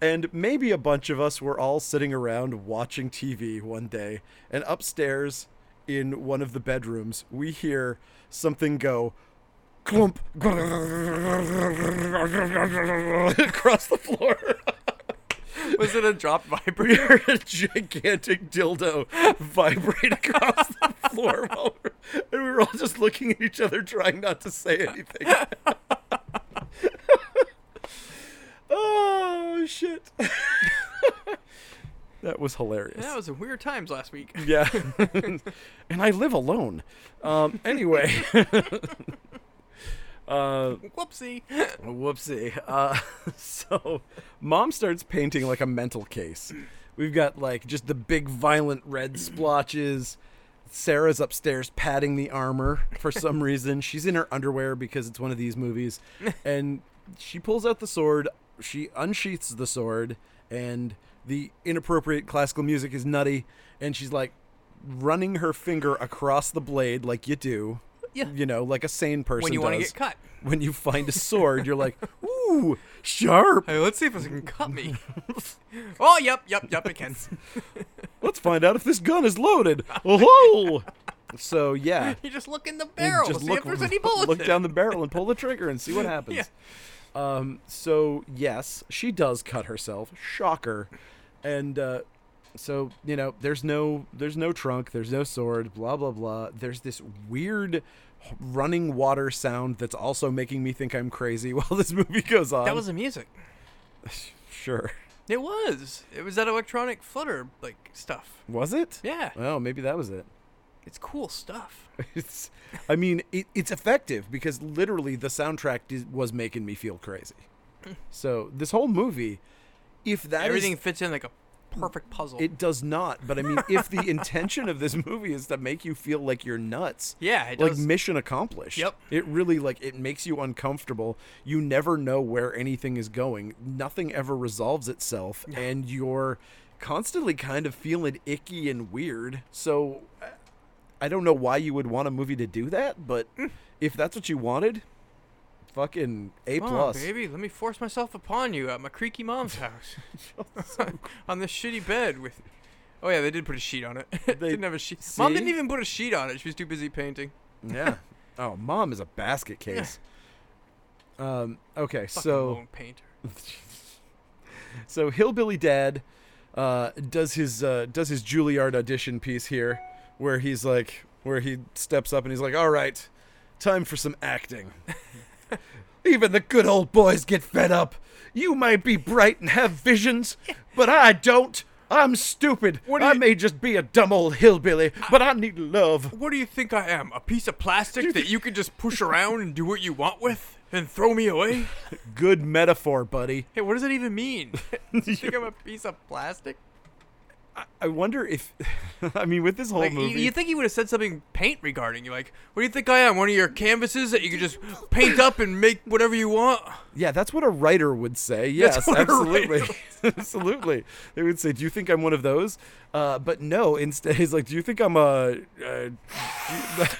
S1: And maybe a bunch of us were all sitting around watching TV one day and upstairs in one of the bedrooms we hear something go clump [laughs] across the floor. [laughs]
S2: Was it a drop viper?
S1: We heard a gigantic dildo vibrate across the floor while we're, and we were all just looking at each other, trying not to say anything. [laughs] oh shit! [laughs] that was hilarious.
S2: That was a weird times last week.
S1: yeah, [laughs] and I live alone. Um, anyway. [laughs] uh,
S2: [laughs] Whoopsie.
S1: Whoopsie. Uh, [laughs] so, mom starts painting like a mental case. We've got like just the big violent red splotches. Sarah's upstairs patting the armor
S2: [laughs]
S1: for some reason. She's in her underwear because it's one of these movies. And she pulls out the sword. She unsheaths the sword. And the inappropriate classical music is nutty. And she's like running her finger across the blade like you do.
S2: Yeah.
S1: You know, like a sane person
S2: When you want to
S1: does
S2: get cut.
S1: when you find a sword, you're like, ooh, sharp.
S2: Hey, let's see if this can cut [laughs] me. oh, yep, yep, yep, it can.
S1: Let's find out if this gun is loaded. Oh, so yeah,
S2: [laughs] You just look in the
S1: You
S2: barrel,
S1: just
S2: see [laughs]
S1: look,
S2: if there's any bullets.
S1: look
S2: in it.
S1: down the barrel and pull the trigger and see what happens.
S2: Yeah.
S1: Um, so yes, she does cut herself. Shocker. And uh, so you know, there's no there's no trunk, there's no sword, blah blah blah. There's this weird running water sound that's also making me think I'm crazy [laughs] while this movie goes on.
S2: That was the music.
S1: sure.
S2: It was. It was that electronic flutter like stuff.
S1: Was it?
S2: Yeah,
S1: Well, maybe that was it.
S2: it's cool stuff.
S1: It's, I mean, it, it's effective because literally the soundtrack is, was making me feel crazy. So this whole movie, if that is-
S2: Everything fits in like a perfect puzzle.
S1: it does not. But I mean, if the intention of this movie is to make you feel like you're nuts,
S2: yeah, it
S1: like
S2: does.
S1: mission accomplished.
S2: Yep.
S1: It really like it makes you uncomfortable. You never know where anything is going. Nothing ever resolves itself, and you're constantly kind of feeling icky and weird. So I- I don't know why you would want a movie to do that, but
S2: Mm.
S1: if that's what you wanted, fucking a
S2: Come on,
S1: plus.
S2: baby, let me force myself upon you at my creaky [laughs] mom's house [laughs] on this shitty bed with. Oh yeah, they did put a sheet on it. [laughs] didn't have a sheet. Mom didn't
S1: See?
S2: even put a sheet on it. She was too busy painting.
S1: yeah. Oh, mom is a
S2: [laughs]
S1: basket case. Um. Okay.
S2: Fucking
S1: so.
S2: lone painter.
S1: So hillbilly dad uh, does his uh, does his Juilliard audition piece here, where he's like, where he steps up and he's like, "All right, time for some
S2: [laughs]
S1: acting." Even the good old boys get fed up. You may be bright and have visions, but I don't. I'm stupid.
S2: What do
S1: I
S2: you-
S1: may just be a dumb old hillbilly, but I need love.
S2: What do you think I am? A piece of plastic that you can just
S1: [laughs]
S2: push around and do what you want with and throw me away?
S1: Good metaphor, buddy.
S2: Hey, what does that even
S1: [laughs]
S2: mean? you think I'm a piece of plastic?
S1: I wonder if, [laughs] I mean, with this whole
S2: Like, you,
S1: movie,
S2: you think he would have said something paint regarding you? Like, what do you think I am? One of your canvases that you could just paint up and make whatever you want?
S1: Yeah, that's what a writer would say.
S2: That's
S1: Yes,
S2: what a
S1: absolutely. [laughs]
S2: writer
S1: absolutely. They would say, Do you think I'm one of those? Uh, but no, instead, [laughs] he's like, Do you think I'm a. Uh, do, you, [laughs]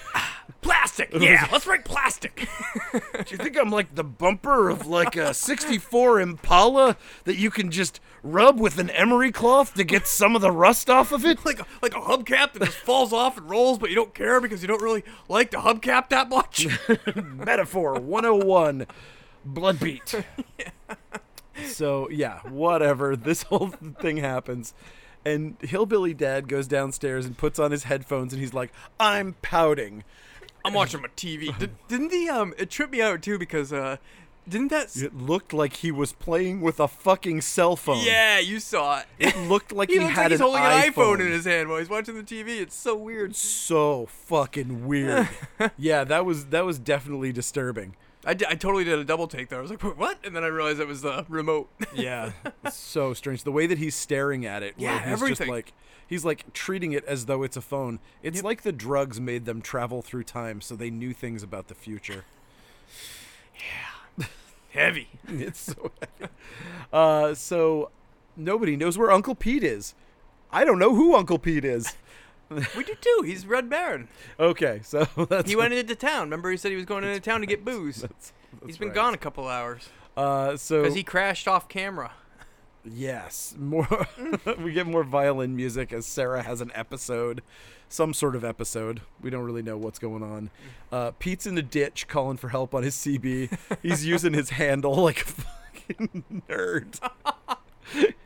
S2: Plastic. Yeah, let's write plastic. [laughs]
S1: do you think I'm like the bumper of like a 64 Impala that you can just rub with an emery cloth to get some of the rust off of it?
S2: like a, like a hubcap that just falls off and rolls, but you don't care because you don't really like the hubcap that
S1: [laughs]
S2: much.
S1: Metaphor 101 Blood Beat.
S2: [laughs]
S1: So, yeah, whatever. This whole thing happens. And Hillbilly Dad goes downstairs and puts on his headphones and he's like, I'm pouting.
S2: I'm watching my TV. Did, didn't the um? It tripped me out too because uh, didn't that? s-
S1: It looked like he was playing with a fucking cell phone.
S2: Yeah, you saw it.
S1: It looked like he,
S2: [laughs] He, looks
S1: had
S2: like he's
S1: an
S2: holding
S1: iPhone.
S2: an iPhone in his hand while he's watching the TV. It's so weird.
S1: So fucking weird.
S2: [laughs]
S1: yeah, that was that was definitely disturbing.
S2: I, di- I totally did a double take there. I was like, "Wait, what? And then I realized it was the remote. [laughs]
S1: Yeah. so strange. The way that he's staring at it, where
S2: Yeah,
S1: he's
S2: everything.
S1: just like he's like treating it as though it's a phone. It's like the drugs made them travel through time so they knew things about
S2: [laughs]
S1: the future.
S2: Heavy.
S1: it's so heavy. Uh so nobody knows where Uncle Pete is. I don't know who Uncle
S2: [laughs]
S1: Pete is.
S2: We do too. He's Red Baron.
S1: Okay, so [laughs] that's
S2: He went into town. Remember, he said he was going into town to get booze. He's been
S1: right.
S2: gone a couple hours
S1: Uh, so
S2: because he crashed off camera.
S1: yes, more [laughs] we get more violin music as Sarah has an episode, some sort of episode. We don't really know what's going
S2: Mm.
S1: on. Uh, Pete's in the ditch calling for help on his CB. He's using his handle like a fucking
S2: [laughs]
S1: nerd.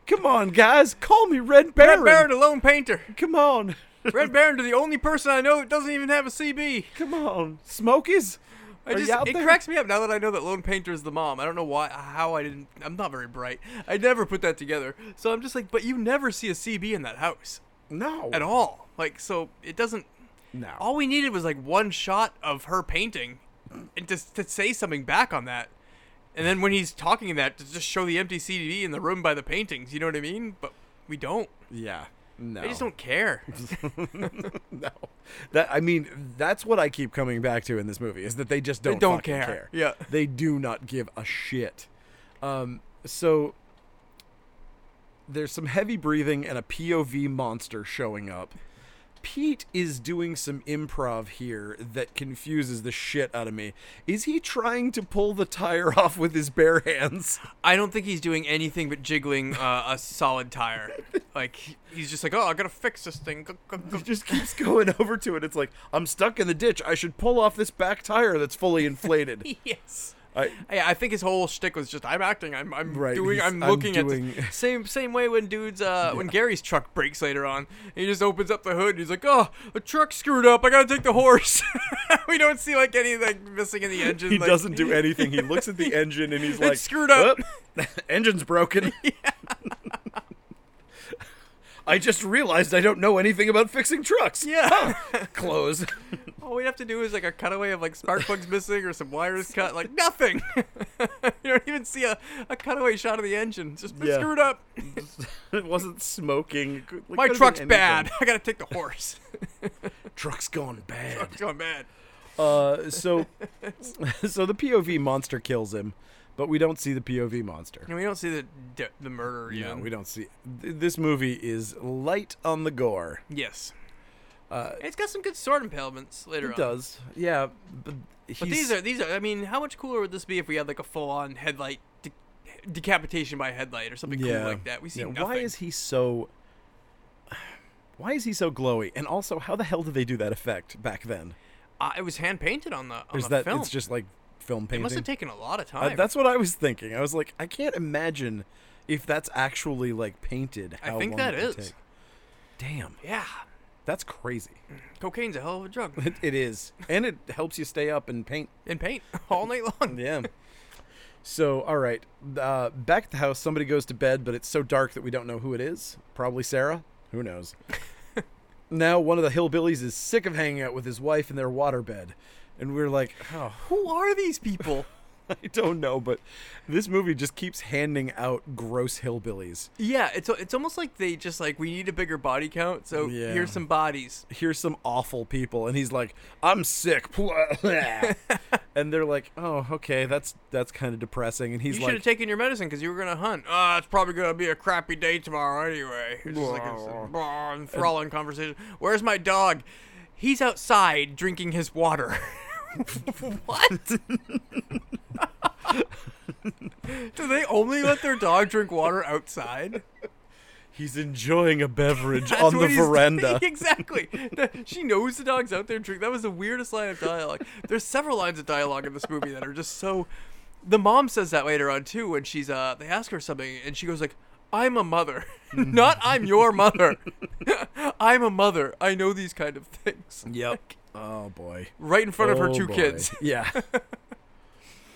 S1: Come on, guys, call me Red Baron.
S2: Red Baron, a lone painter.
S1: Come on,
S2: Red Baron, to the only person I know that doesn't even have a CB.
S1: come on, Smokies.
S2: I
S1: Are
S2: just,
S1: you out
S2: it
S1: there?
S2: cracks me up now that I know that Lone Painter is the mom. I don't know why, how I didn't. I'm not very bright. I never put that together. So I'm just like, but you never see a CB in that house
S1: No,
S2: at all. Like, so it doesn't.
S1: No.
S2: All we needed was like one shot of her painting, and to to say something back on that. And then when he's talking in that, to just show the empty CB in the room by the paintings. You know what I mean? But we don't.
S1: yeah, no.
S2: I just don't
S1: [laughs]
S2: care.
S1: no. That I mean, that's what I keep coming back to in this movie is that they just don't
S2: don't
S1: fucking
S2: care.
S1: care.
S2: Yeah.
S1: they do not give a shit. Um, so there's some heavy breathing and a POV monster showing up. Pete is doing some improv here that confuses the shit out of me. Is he trying to pull the tire [laughs] off with his bare hands?
S2: I don't think he's doing anything but jiggling uh, a solid tire.
S1: [laughs]
S2: Like he- he's just like, oh, I gotta fix this thing. Go, go, go."
S1: He just keeps [laughs] going over to it. It's like, I'm stuck in the ditch. I should pull off this back tire that's fully inflated.
S2: yes.
S1: I,
S2: Yeah, I think his whole shtick was just I'm acting, I'm I'm
S1: Right,
S2: doing,
S1: he's-
S2: I'm
S1: I'm
S2: looking at
S1: [laughs] doing-
S2: the same same way when dudes uh when Gary's truck breaks later on, he just opens up the hood and he's like, oh, the truck screwed up, I gotta take the horse. [laughs] we don't see like anything missing in the engine.
S1: he
S2: like,
S1: doesn't do anything. He looks at [laughs] the engine and he's like,
S2: screwed up.
S1: "Oop, [laughs] engine's [laughs] broken." I just realized I don't know anything about fixing
S2: [laughs]
S1: trucks. [laughs]
S2: Yeah.
S1: Huh. Close.
S2: All we have to do is like a cutaway of like spark plugs missing or some wires cut, like nothing. [laughs] you don't even see a, a cutaway shot of the engine. It's just
S1: Yeah.
S2: screwed up.
S1: [laughs] it wasn't smoking. It could- it
S2: My
S1: could've been
S2: truck's
S1: anything.
S2: bad. [laughs] I gotta take the horse.
S1: [laughs]
S2: [laughs]
S1: Truck's gone bad.
S2: it's going bad.
S1: Uh, so, [laughs] so the POV monster kills him, but we don't see the POV monster.
S2: And we don't see the the, the murder.
S1: No,
S2: Even.
S1: we don't see. th- This movie is light on the gore.
S2: Yes.
S1: Uh,
S2: It's got some good sword impalements later
S1: It
S2: on.
S1: does. Yeah, but,
S2: But
S1: he's-
S2: these are these are. I mean, how much cooler would this be if we had like a full-on headlight de- decapitation by headlight or something cool like that? We see
S1: Yeah,
S2: nothing.
S1: Why is he so? [sighs] Why is he so glowy? And also, how the hell did they do that effect back then?
S2: uh, it was hand painted on the on
S1: Is
S2: the
S1: that
S2: film?
S1: it's just like film
S2: it
S1: painting?
S2: must have taken a lot of
S1: Uh,
S2: time.
S1: that's what I was thinking. I was like, I can't imagine if that's actually like painted.
S2: I
S1: how
S2: think
S1: long
S2: that
S1: it would
S2: is.
S1: take. Damn,
S2: yeah.
S1: that's crazy. [laughs]
S2: Cocaine's a hell of a drug.
S1: It, it is, and it helps you stay up and paint.
S2: And paint [laughs] all night long.
S1: Yeah. So, all right, uh, back at the house, somebody goes to bed, but it's so dark that we don't know who it is. Probably Sarah. Who
S2: [laughs]
S1: knows? now, one of the hillbillies is sick of hanging out with his wife in their waterbed, and we're like, oh, [laughs]
S2: Who are these people?
S1: I don't know, but this movie just keeps handing out gross hillbillies.
S2: yeah, it's it's almost like they just like we need a bigger body count, so
S1: Yeah.
S2: here's some bodies.
S1: Here's some awful people, and he's like, I'm sick. [laughs] and they're like, oh, okay, that's that's kind of depressing. And he's
S2: You should
S1: like,
S2: have taken your medicine because you were gonna hunt. Ah, it's probably gonna be a crappy day tomorrow anyway. It's just like
S1: Blah.
S2: a blah, enthralling conversation. Where's my dog? He's outside drinking his water. what? [laughs] Do they only let their dog drink water outside?
S1: he's enjoying a
S2: [laughs]
S1: beverage
S2: That's
S1: on the
S2: what he's doing.
S1: veranda.
S2: exactly. The- she knows the dog's out there drinking. That was the weirdest line of dialogue. There's several lines of dialogue in this movie that are just so. The mom says that later on too when she's uh they ask her something and she goes like, "I'm a mother, [laughs] not I'm your mother. [laughs] I'm a mother. I know these kind of things."
S1: Yep. [laughs] Oh boy.
S2: Right in front of her
S1: Oh,
S2: two
S1: boy.
S2: kids. [laughs]
S1: Yeah.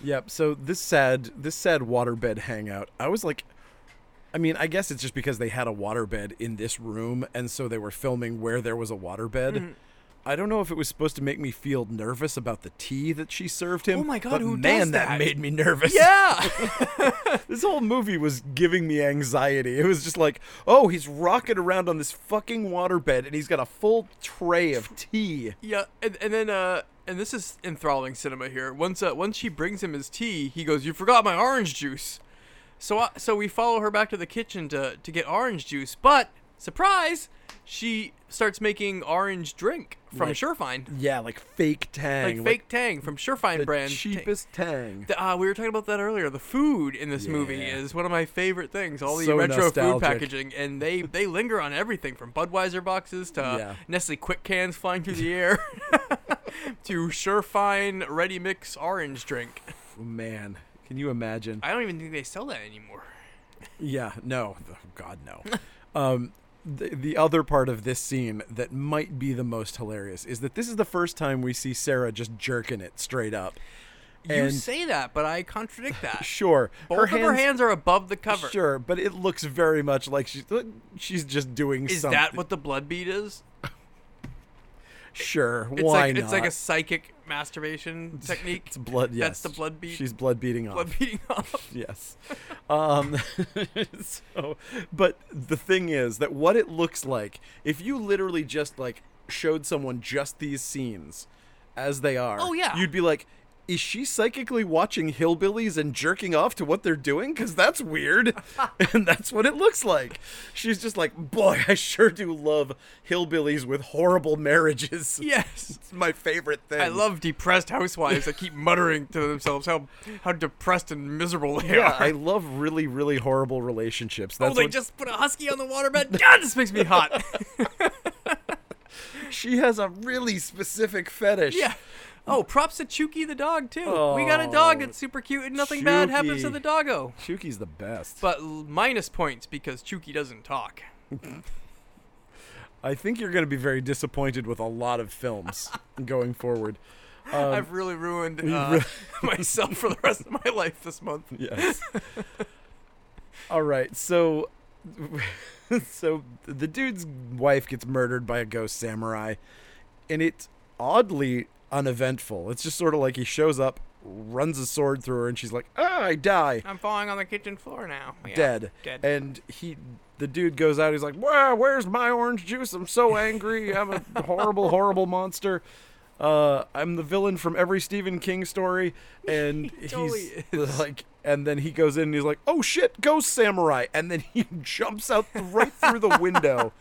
S1: yep. So this sad, this sad waterbed hangout. I was like, I mean, I guess it's just because they had a waterbed in this room, and so they were filming where there was a waterbed.
S2: Mm-hmm.
S1: I don't know if it was supposed to make me feel nervous about the tea that she served him.
S2: Oh my God,
S1: but
S2: who does
S1: man, that?
S2: that?
S1: made me nervous.
S2: Yeah.
S1: [laughs] This whole movie was giving me anxiety. It was just like, oh, he's rocking around on this fucking waterbed, and he's got a full
S2: [laughs]
S1: tray of tea.
S2: Yeah, and, and then uh, and this is enthralling cinema here. Once uh, once she brings him his tea, he goes, "You forgot my orange juice." So I, so we follow her back to the kitchen to to get orange juice, but surprise, she starts making orange drink from
S1: Like-
S2: Surefine,
S1: Yeah, like fake tang.
S2: like fake Tang from Surefine
S1: the
S2: brand.
S1: cheapest tang.
S2: Ta- uh, we were talking about that earlier. The food in this movie
S1: Yeah.
S2: is one of my favorite things. All the
S1: So
S2: retro
S1: nostalgic.
S2: food packaging, and
S1: [laughs]
S2: they they linger on everything from Budweiser boxes to
S1: Yeah.
S2: Nestle Quick cans flying through the air [laughs] to Surefine ready mix orange drink.
S1: Oh, man, can you imagine?
S2: I don't even think they sell that anymore.
S1: yeah, no, Oh, God, no. [laughs] um, the, the other part of this scene that might be the most hilarious is that this is the first time we see Sarah just jerking it straight up.
S2: you
S1: And-
S2: say that, but I contradict that.
S1: Sure,
S2: Both of her hands are above the cover.
S1: Sure, but it looks very much like she's she's just doing
S2: Is
S1: something.
S2: that what the blood bead is?
S1: Sure,
S2: It's
S1: why
S2: like
S1: not?
S2: it's like a psychic masturbation technique.
S1: [laughs] It's blood. Yes,
S2: That's the blood bead.
S1: She's blood beating off.
S2: blood beating
S1: [laughs]
S2: off.
S1: yes. Um, [laughs] so, but the thing is that what it looks like, if you literally just like showed someone just these scenes as they are,
S2: Oh, yeah.
S1: you'd be like, is she psychically watching hillbillies and jerking off to what they're doing? Because
S2: [laughs]
S1: that's weird. and that's what it looks like. She's just like, boy, I sure do love hillbillies with horrible marriages. [laughs]
S2: Yes.
S1: It's my favorite thing.
S2: I love depressed housewives that keep muttering to themselves how how depressed and miserable they
S1: Yeah,
S2: are.
S1: I love really, really horrible relationships.
S2: [laughs]
S1: That's
S2: oh, they
S1: what
S2: just put a husky on the waterbed. [laughs] God, this makes me [laughs] hot.
S1: She has a really specific fetish.
S2: yeah. Oh, props to Chucky the dog too. we got a
S1: Oh,
S2: dog that's super cute and nothing bad happens to
S1: Chucky.
S2: the doggo.
S1: Shuki's the best.
S2: But l- minus points because Chucky doesn't talk.
S1: I think you're going to be very disappointed with a lot of
S2: [laughs]
S1: films going forward. Um,
S2: I've really [laughs] ruined uh, myself for the rest of my life this month.
S1: Yes. All right. So [laughs] so the dude's wife gets murdered by a ghost samurai and it's oddly uneventful. It's just sort of like he shows up, runs a sword through her and she's like, "Ah, I die."
S2: I'm falling on the kitchen floor now. Yeah,
S1: dead.
S2: Dead.
S1: And he the dude goes out, he's like, Where, where's my orange juice? I'm so angry. I'm
S2: [laughs]
S1: a horrible, horrible monster. Uh, I'm the villain from every Stephen
S2: [laughs]
S1: King story. And
S2: totally
S1: he's [laughs] like and then he goes in and he's like, Oh shit, ghost samurai and then he [laughs] jumps out th- right through the
S2: [laughs]
S1: window.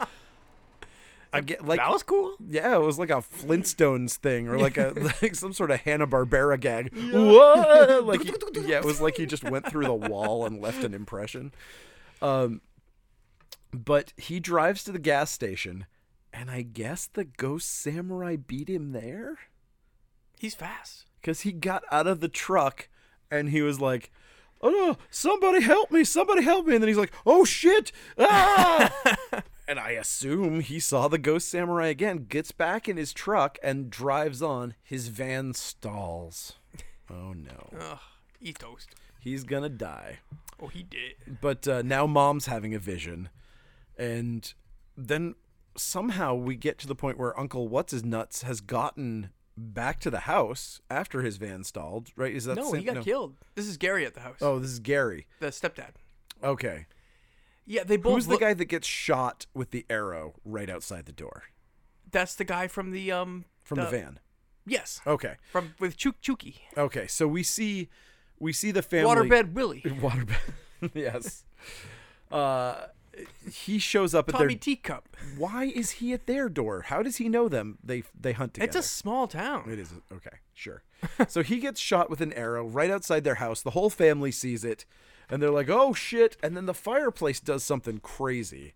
S1: I get like
S2: that was cool.
S1: yeah, it was like a Flintstones thing or like a [laughs] like some sort of Hanna Barbera gag. Whoa! Like he- yeah, it was like he just went through the wall and left an impression. Um, but he drives to the gas station, and I guess the ghost samurai beat him there
S2: He's fast.
S1: because he got out of the truck and he was like. Oh no! Somebody help me! Somebody help me! And then he's like, "Oh shit!" Ah!
S2: [laughs]
S1: and I assume he saw the ghost samurai again, gets back in his truck and drives on. His van stalls. Oh no.
S2: Ugh, he's toast.
S1: He's gonna die.
S2: Oh, he did.
S1: But uh, now mom's having a vision. And then somehow we get to the point where Uncle What's His Nuts has gotten back to the house after his van stalled, right? Is that
S2: No,
S1: the
S2: he
S1: same-
S2: got killed. This is Gary at the house.
S1: Oh, this is Gary.
S2: The stepdad.
S1: Okay.
S2: Yeah, they both.
S1: Who's the
S2: look-
S1: guy that gets shot with the arrow right outside the door
S2: That's the guy from the um.
S1: from the van?
S2: Yes,
S1: Okay.
S2: from with Chuk Chuki.
S1: Okay, so we see we see the family
S2: Waterbed Willie.
S1: [laughs] waterbed. [laughs] yes. Uh he shows up at their
S2: Tommy Teacup.
S1: Why is he at their door? How does he know them? They they hunt together.
S2: It's a small town.
S1: It is okay, sure. [laughs] so he gets shot with an arrow right outside their house. The whole family sees it and they're like, "Oh shit." And then the fireplace does something crazy.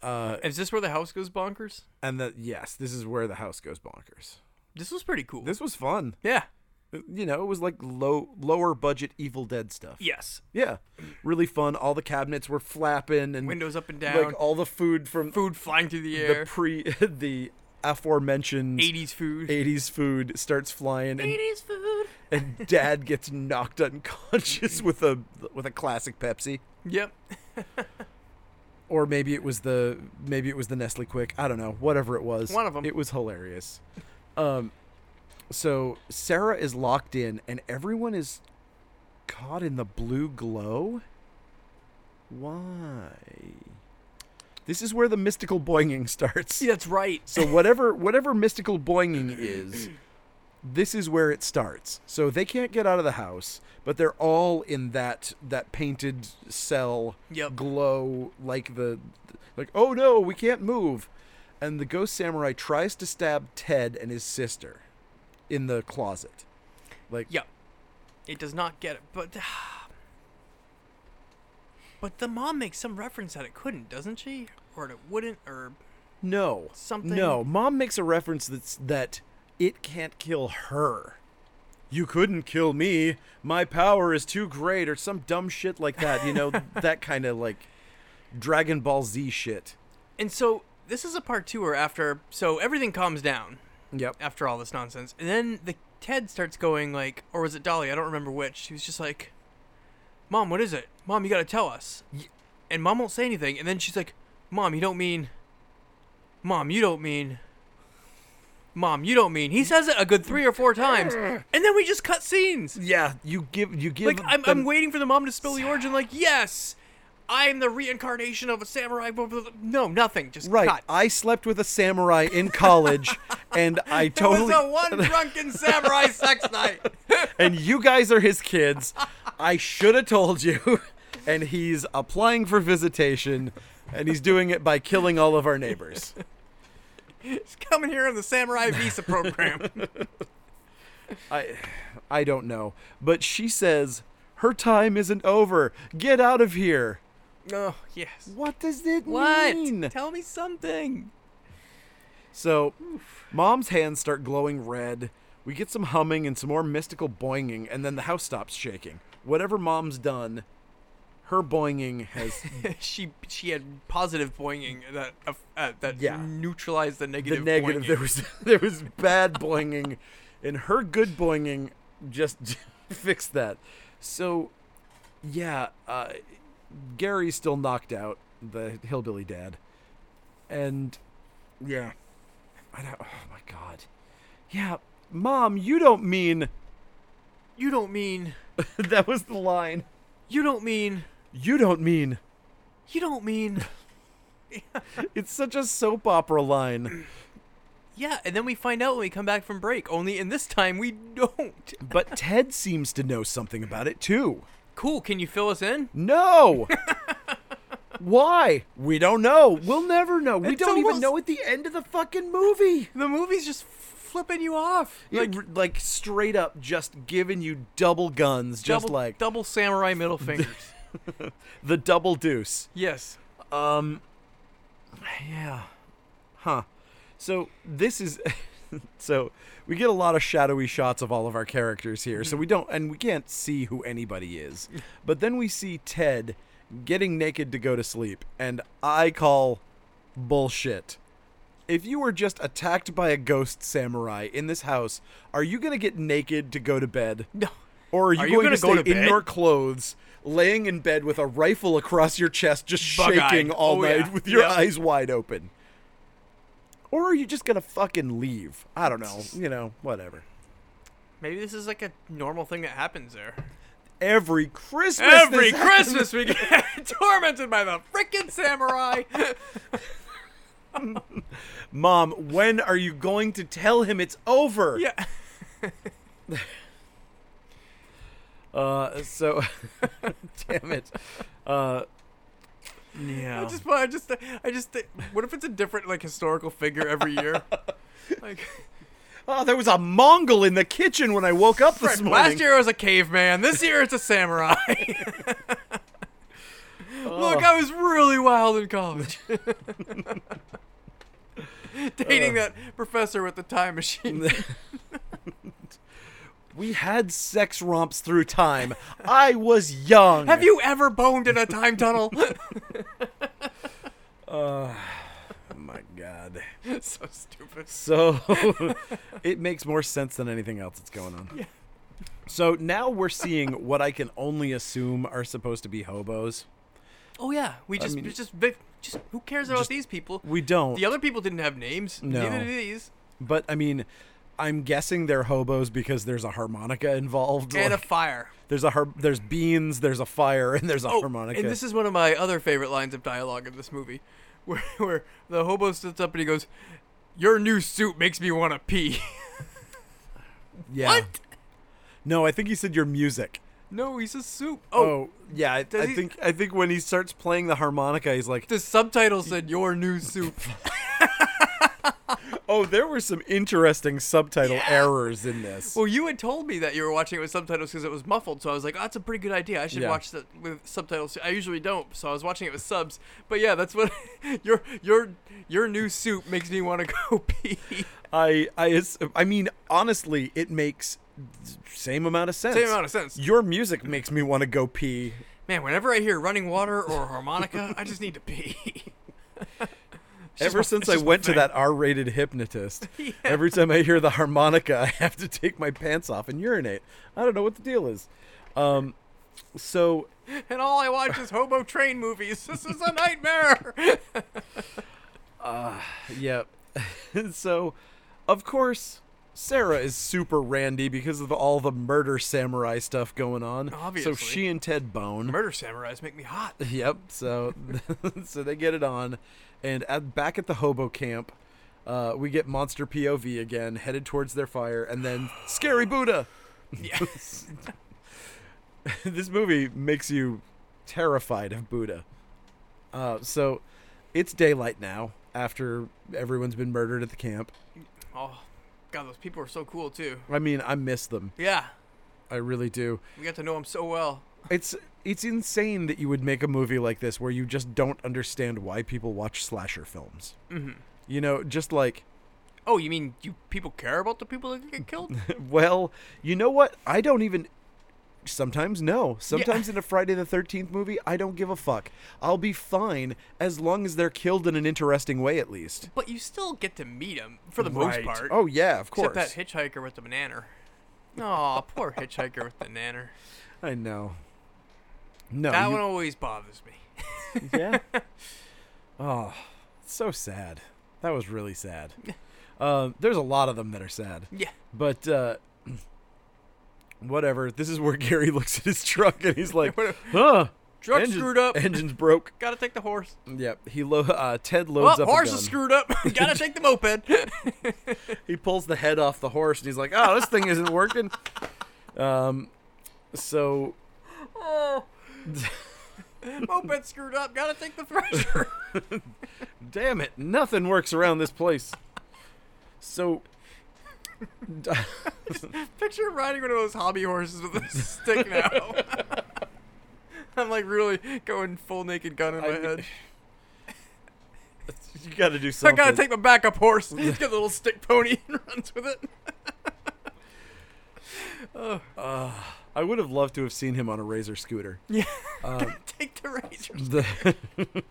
S2: Uh, Is this where the house goes bonkers?
S1: And that yes, this is where the house goes bonkers.
S2: This was pretty cool.
S1: This was fun.
S2: yeah.
S1: You know, it was like low lower budget Evil Dead stuff.
S2: Yes.
S1: Yeah, really fun. All the cabinets were flapping and
S2: Windows up and down.
S1: like all the food from
S2: food flying through the
S1: the
S2: air.
S1: pre [laughs] the aforementioned
S2: 80s food.
S1: 80s food starts flying and,
S2: 80s food.
S1: and dad gets
S2: [laughs]
S1: knocked unconscious with a with a classic Pepsi
S2: Yep. [laughs]
S1: or maybe it was the maybe it was the Nestle Quick. I don't know. Whatever it was,
S2: One of 'em.
S1: It was hilarious. Um, so Sarah is locked in, and everyone is caught in the blue glow. Why? This is where the mystical boinging [laughs] starts.
S2: Yeah, that's right.
S1: So whatever whatever mystical boinging is, this is where it starts. So they can't get out of the house, but they're all in that that painted cell
S2: Yep.
S1: glow like the like oh no, we can't move. And the ghost samurai tries to stab Ted and his sister in the closet. Like
S2: Yep. It does not get it, but [sighs] but the mom makes some reference that it couldn't, doesn't she? Or that it wouldn't, or
S1: no.
S2: Something-
S1: No, mom makes a reference that's that it can't kill her. You couldn't kill me. My power is too great, or some dumb shit like that. You
S2: [laughs]
S1: know, that kind of like Dragon Ball Z shit.
S2: and so this is a part two where after so everything calms down
S1: Yep.
S2: after all this nonsense, and then the Ted starts going like, or was it Dolly? I don't remember which. She was just like, "Mom, what is it? Mom, you gotta tell us." And mom won't say anything, and then she's like, "Mom, you don't mean. Mom, you don't mean." Mom, you don't mean. He says it a good three or four times, and then we just cut scenes.
S1: Yeah, you give you give.
S2: Like I'm, I'm
S1: them-
S2: waiting for the mom to spill the origin. Like yes, I'm the reincarnation of a samurai. blah, blah, blah. No, nothing. Just
S1: right.
S2: cut.
S1: I slept with a samurai
S2: [laughs]
S1: in college, and I totally
S2: It was a one drunken samurai sex night.
S1: [laughs] and you guys are his kids. I should have told you. [laughs] And he's applying for visitation, and he's doing it by killing all of our neighbors.
S2: He's coming here on the samurai visa
S1: [laughs]
S2: program.
S1: I I don't know. But she says her time isn't over. Get out of here.
S2: oh yes.
S1: What does it
S2: What?
S1: mean?
S2: Tell me something. [laughs]
S1: So mom's hands start glowing red. We get some humming and some more mystical boinging, and then the house stops shaking. Whatever mom's done, her boinging has
S2: she she had positive boinging that uh, uh, that
S1: Yeah.
S2: neutralized the
S1: the
S2: negative.
S1: negative.
S2: boinging.
S1: There was [laughs] there was bad boinging, and her good boinging just [laughs] fixed that. So, yeah, uh, Gary's still knocked out, the hillbilly dad, and yeah, I don't, oh my god, yeah, mom, you don't mean [laughs]
S2: you don't mean
S1: that was the line.
S2: you don't mean
S1: You don't mean
S2: you don't
S1: [laughs]
S2: mean
S1: it's such a soap opera line,
S2: yeah. And then we find out when we come back from break. Only in this time we don't.
S1: but Ted seems to know something about it too.
S2: Cool. Can you fill us in? [laughs]
S1: No. Why? We don't know. We'll never know. We
S2: It's
S1: don't even
S2: almost-
S1: know at the end of the fucking movie.
S2: The movie's just flipping you off.
S1: Like, like straight up, just giving you double guns, just
S2: double,
S1: like
S2: double samurai middle
S1: [laughs]
S2: fingers.
S1: the double deuce.
S2: yes.
S1: Um, yeah, huh. So this is, [laughs] so we get a lot of shadowy shots of all of our characters here. So we don't, and we can't see who anybody is. But then we see Ted getting naked to go to sleep, and I call bullshit. If you were just attacked by a ghost samurai in this house, are you gonna get naked to go to bed?
S2: No.
S1: Or are you,
S2: Are you
S1: going
S2: gonna
S1: to
S2: go
S1: stay
S2: to
S1: in
S2: bed?
S1: your clothes, laying in bed with a rifle across your chest, just
S2: Bug-eyed.
S1: shaking all
S2: Oh,
S1: night
S2: yeah.
S1: with your
S2: Yeah.
S1: eyes wide open? Or are you just going to fucking leave? I don't know. You know, whatever.
S2: Maybe this is like a normal thing that happens [laughs] there.
S1: Every Christmas.
S2: Every
S1: this
S2: Christmas we get [laughs] tormented by the frickin' samurai. [laughs]
S1: Mom, when are you going to tell him it's over?
S2: yeah.
S1: Uh, so, [laughs] damn it. Uh,
S2: I
S1: yeah.
S2: just, I just, I just. What if it's a different like historical figure every [laughs] year? Like
S1: Oh, there was a Mongol in the kitchen when I woke up this
S2: right,
S1: morning.
S2: last year it was a caveman. This year it's a samurai. [laughs]
S1: Oh.
S2: Look, I was really wild in [laughs] college. Dating that professor with the time [laughs] machine.
S1: [laughs] We had sex romps through time. I was young.
S2: Have you ever boned in a time [laughs] tunnel?
S1: Oh my god.
S2: so stupid.
S1: So [laughs] it makes more sense than anything else that's going on. So now we're seeing what I can only assume are supposed to be hobos.
S2: Oh yeah, we just,
S1: mean-
S2: we just, vi- just. Who cares about
S1: Just-
S2: these people?
S1: We don't.
S2: The other people didn't have names.
S1: No.
S2: Neither did these.
S1: but I mean, I'm guessing they're hobos because there's a harmonica involved.
S2: And a
S1: like,
S2: fire.
S1: there's a har- there's beans, there's a fire, and there's a
S2: Oh,
S1: harmonica.
S2: And this is one of my other favorite lines of dialogue in this movie, [laughs] where, where the hobo sits up and he goes, "Your new suit makes me want to pee." [laughs]
S1: yeah.
S2: what?
S1: No, I think he said your music.
S2: No, he's a soup.
S1: Oh,
S2: Oh,
S1: yeah. I, I
S2: he-
S1: think I think when he starts playing the harmonica, he's like,
S2: the subtitle [laughs] said "Your new soup."
S1: "Oh, there were some interesting subtitle errors in this."
S2: well, you had told me that you were watching it with subtitles because it was muffled, so I was like, "Oh, that's a pretty good idea. I should
S1: Yeah.
S2: watch that with subtitles." I usually don't, so I was watching it with subs. But yeah, that's what [laughs] your your your new soup makes me want to [laughs] go pee.
S1: I I ass- I mean honestly, it makes same amount of sense.
S2: Same amount of sense.
S1: Your music makes me want to go pee.
S2: Man, whenever I hear running water or harmonica, I just need to
S1: [laughs]
S2: pee.
S1: Ever
S2: just my-
S1: since
S2: it's
S1: I
S2: just my
S1: went to
S2: thing.
S1: that
S2: [laughs]
S1: R-rated hypnotist, every time I hear the harmonica, [laughs] I have to take my pants off and urinate. I don't know what the deal is. Um, so
S2: and all I watch is hobo train movies. This is a
S1: [laughs]
S2: nightmare.
S1: yeah, [laughs] so of course Sarah is super randy because of all the murder samurai stuff going on.
S2: Obviously.
S1: so she and Ted bone.
S2: Murder samurais make me hot.
S1: [laughs] Yep. So, [laughs] so they get it on, and at, back at the hobo camp, uh, we get monster POV again, headed towards their fire, and then scary Buddha.
S2: [laughs]
S1: [laughs]
S2: Yes.
S1: this movie makes you terrified of Buddha. Uh, so, it's daylight now after everyone's been murdered at the camp.
S2: oh, God, those people are so cool too.
S1: I mean, I miss them.
S2: Yeah,
S1: I really do.
S2: we got to know them so well.
S1: It's it's insane that you would make a movie like this where you just don't understand why people watch slasher films. Mm-hmm. You know, just like [laughs]
S2: Oh, you mean you people care about the people that get
S1: [laughs]
S2: killed?
S1: well, you know what? I don't even. Sometimes no. Sometimes in a Friday the Thirteenth movie, I don't give a fuck. I'll be fine as long as they're killed in an interesting way, at least.
S2: but you still get to meet them for the most part.
S1: Oh yeah, of course.
S2: except that hitchhiker with the banana. Oh, poor hitchhiker with the nanner.
S1: I know. [laughs] No.
S2: That
S1: you-
S2: one always bothers me. [laughs]
S1: yeah. [laughs] Oh, so sad. That was
S2: [laughs]
S1: really sad. Um, there's a lot of them that are sad.
S2: Yeah.
S1: But uh, whatever. This is where [laughs] Gary looks at his truck and he's
S2: [laughs]
S1: like, [laughs]
S2: What a-
S1: "Huh,
S2: Truck
S1: engine-
S2: screwed up.
S1: [laughs] engine's broke."
S2: Gotta take the horse.
S1: Yep. He lo- uh, Ted
S2: Well,
S1: loads up.
S2: Oh, horse
S1: a gun.
S2: is screwed up. [laughs] Gotta take the
S1: [laughs]
S2: moped.
S1: He pulls the head off the horse and he's like, "Oh, this thing
S2: [laughs]
S1: isn't working." Um, so
S2: oh. moped screwed up. Gotta take the thresher. [laughs]
S1: Damn it, nothing works around this place. So
S2: Picture riding one of those hobby horses with a stick now. [laughs] I'm like really going full naked gun in my
S1: I mean,
S2: head.
S1: you got to do
S2: I
S1: something.
S2: gotta take my backup horse. Get the little stick pony and [laughs] runs with it.
S1: I would have loved to have seen him on a razor scooter.
S2: Yeah.
S1: Um,
S2: take the razor.
S1: the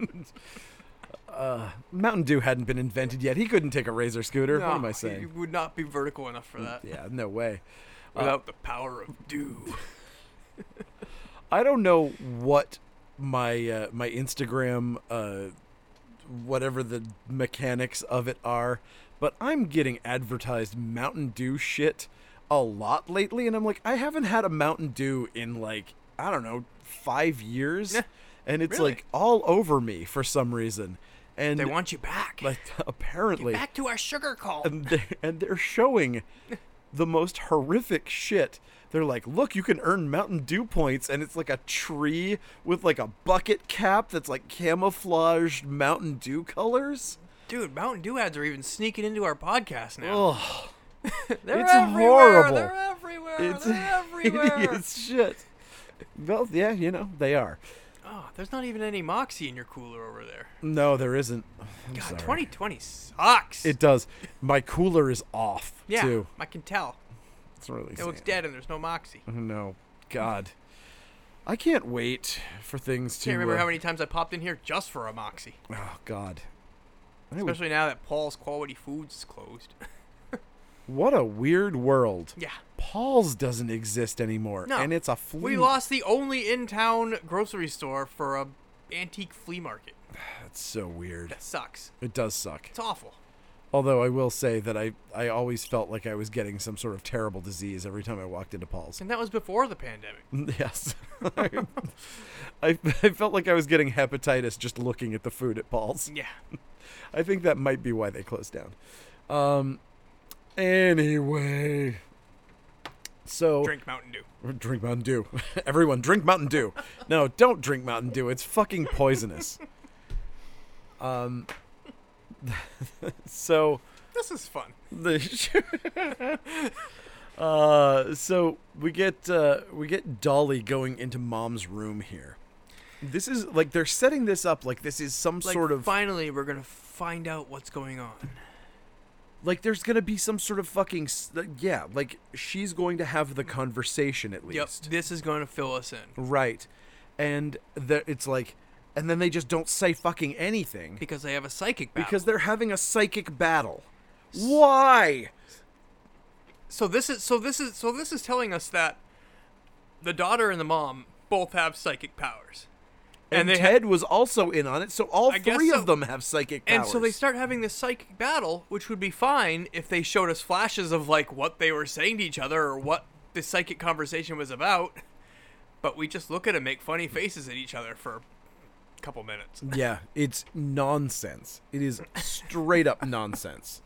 S1: [laughs] uh, Mountain Dew hadn't been invented yet. He couldn't take a razor scooter. what am I
S2: He
S1: saying?
S2: would not be vertical enough for that
S1: Yeah, no way.
S2: without the power of dew.
S1: I don't know what my uh, my Instagram uh, whatever the mechanics of it are, but I'm getting advertised Mountain Dew shit a lot lately, and I'm like, I haven't had a Mountain Dew in like I don't know five years,
S2: Yeah,
S1: and it's
S2: really?
S1: like all over me for some reason, and
S2: They
S1: [laughs]
S2: want you back.
S1: like apparently
S2: back to our sugar call.
S1: and they're, and they're showing the most horrific shit. They're like, look, you can earn Mountain Dew points, and it's like a tree with like a bucket cap that's like camouflaged Mountain Dew colors.
S2: Dude, Mountain Dew ads are even sneaking into our podcast now.
S1: Ugh,
S2: They're
S1: it's
S2: everywhere.
S1: horrible.
S2: They're everywhere.
S1: it's [laughs]
S2: They're everywhere.
S1: hideous shit. Well, yeah, you know they are.
S2: Oh, there's not even any Moxie in your cooler over there.
S1: No, there isn't. I'm
S2: God,
S1: sorry.
S2: 2020 sucks.
S1: It does. My cooler is off
S2: yeah,
S1: too.
S2: I can tell.
S1: It's really.
S2: It looks
S1: sad.
S2: dead and there's no Moxie.
S1: Oh, No, God, I can't wait for things to.
S2: Can't remember
S1: uh,
S2: how many times I popped in here just for a Moxie.
S1: Oh God. I would-
S2: Especially now that Paul's Quality Foods is closed. [laughs]
S1: what a weird world.
S2: yeah.
S1: Paul's doesn't exist anymore,
S2: No.
S1: and it's a flea.
S2: We lost the only in-town grocery store for a antique flea market.
S1: That's so weird.
S2: That sucks.
S1: It does suck.
S2: It's awful.
S1: Although I will say that I, I always felt like I was getting some sort of terrible disease every time I walked
S2: [laughs]
S1: into Paul's. [laughs]
S2: And that was before the pandemic.
S1: yes. [laughs] I, I felt like I was getting hepatitis just looking at the food at Paul's.
S2: Yeah.
S1: I think that might be why they closed down. Um, anyway. So.
S2: Drink Mountain Dew.
S1: Drink Mountain Dew. [laughs] Everyone, drink Mountain Dew. No, don't drink Mountain Dew. It's fucking poisonous. Um. [laughs] so
S2: This is fun.
S1: the. [laughs] uh, so we get uh, we get Dolly going into Mom's room here. This is like they're setting this up like this is some
S2: Like,
S1: sort of
S2: Finally, we're gonna find out what's going on.
S1: like there's gonna be some sort of fucking s- like, yeah like she's going to have the conversation at least.
S2: Yep. This is gonna fill us in
S1: Right. And the, it's like, and then they just don't say fucking anything
S2: because they have a psychic battle.
S1: because they're having a psychic battle. Why?
S2: so this is so this is so this is telling us that the daughter and the mom both have psychic powers.
S1: And,
S2: And they ha-
S1: Ted was also in on it, so all
S2: I guess
S1: three of
S2: so.
S1: them have psychic powers.
S2: And so they start having this psychic battle, which would be fine if they showed us flashes of like what they were saying to each other or what the psychic conversation was about. But we just look at and make funny faces at each other for a couple minutes.
S1: yeah, it's nonsense. It is straight up nonsense.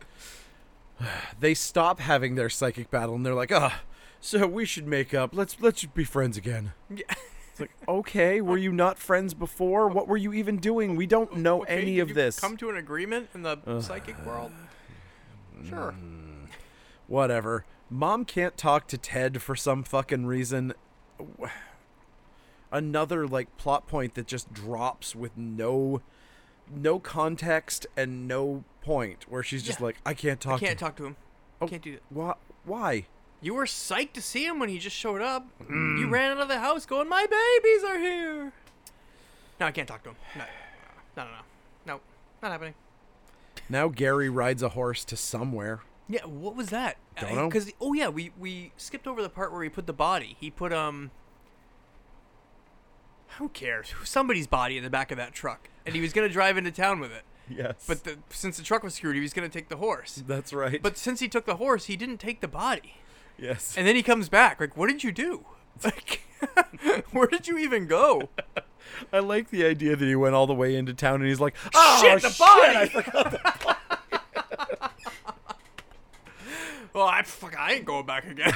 S1: [sighs] They stop having their psychic battle, and they're like, "Ah, so we should make up. Let's let's be friends again."
S2: Yeah. [laughs]
S1: It's like, okay, were you not friends before? What were you even doing? We don't know
S2: Okay,
S1: any
S2: did
S1: of
S2: you
S1: this.
S2: Come to an agreement in the psychic world. Sure.
S1: Hmm. whatever. Mom can't talk to Ted for some fucking reason. Another like plot point that just drops with no no context and no point where she's just
S2: Yeah.
S1: like, I can't talk.
S2: Can't
S1: to
S2: talk to him.
S1: Oh.
S2: Can't do that.
S1: Why? Why?
S2: You were psyched to see him when he just showed up.
S1: Hmm.
S2: You ran out of the house going, "My babies are here." No, I can't talk to him. No, no, no, no, no, not happening.
S1: Now Gary rides a horse to somewhere.
S2: Yeah, what was that?
S1: Don't know.
S2: Because oh yeah, we we skipped over the part where he put the body. He put um. Who cares? Somebody's body in the back of that truck, and he was gonna drive into town with it.
S1: Yes.
S2: But the, since the truck was screwed, he was gonna take the horse.
S1: that's right.
S2: But since he took the horse, he didn't take the body.
S1: yes.
S2: And then he comes back. Like, what did you do? [laughs] Like, where did you even go?
S1: I like the idea that he went all the way into town and he's like, oh,
S2: shit, the body!
S1: I forgot."
S2: [laughs] Well, I fuck, I ain't going back again.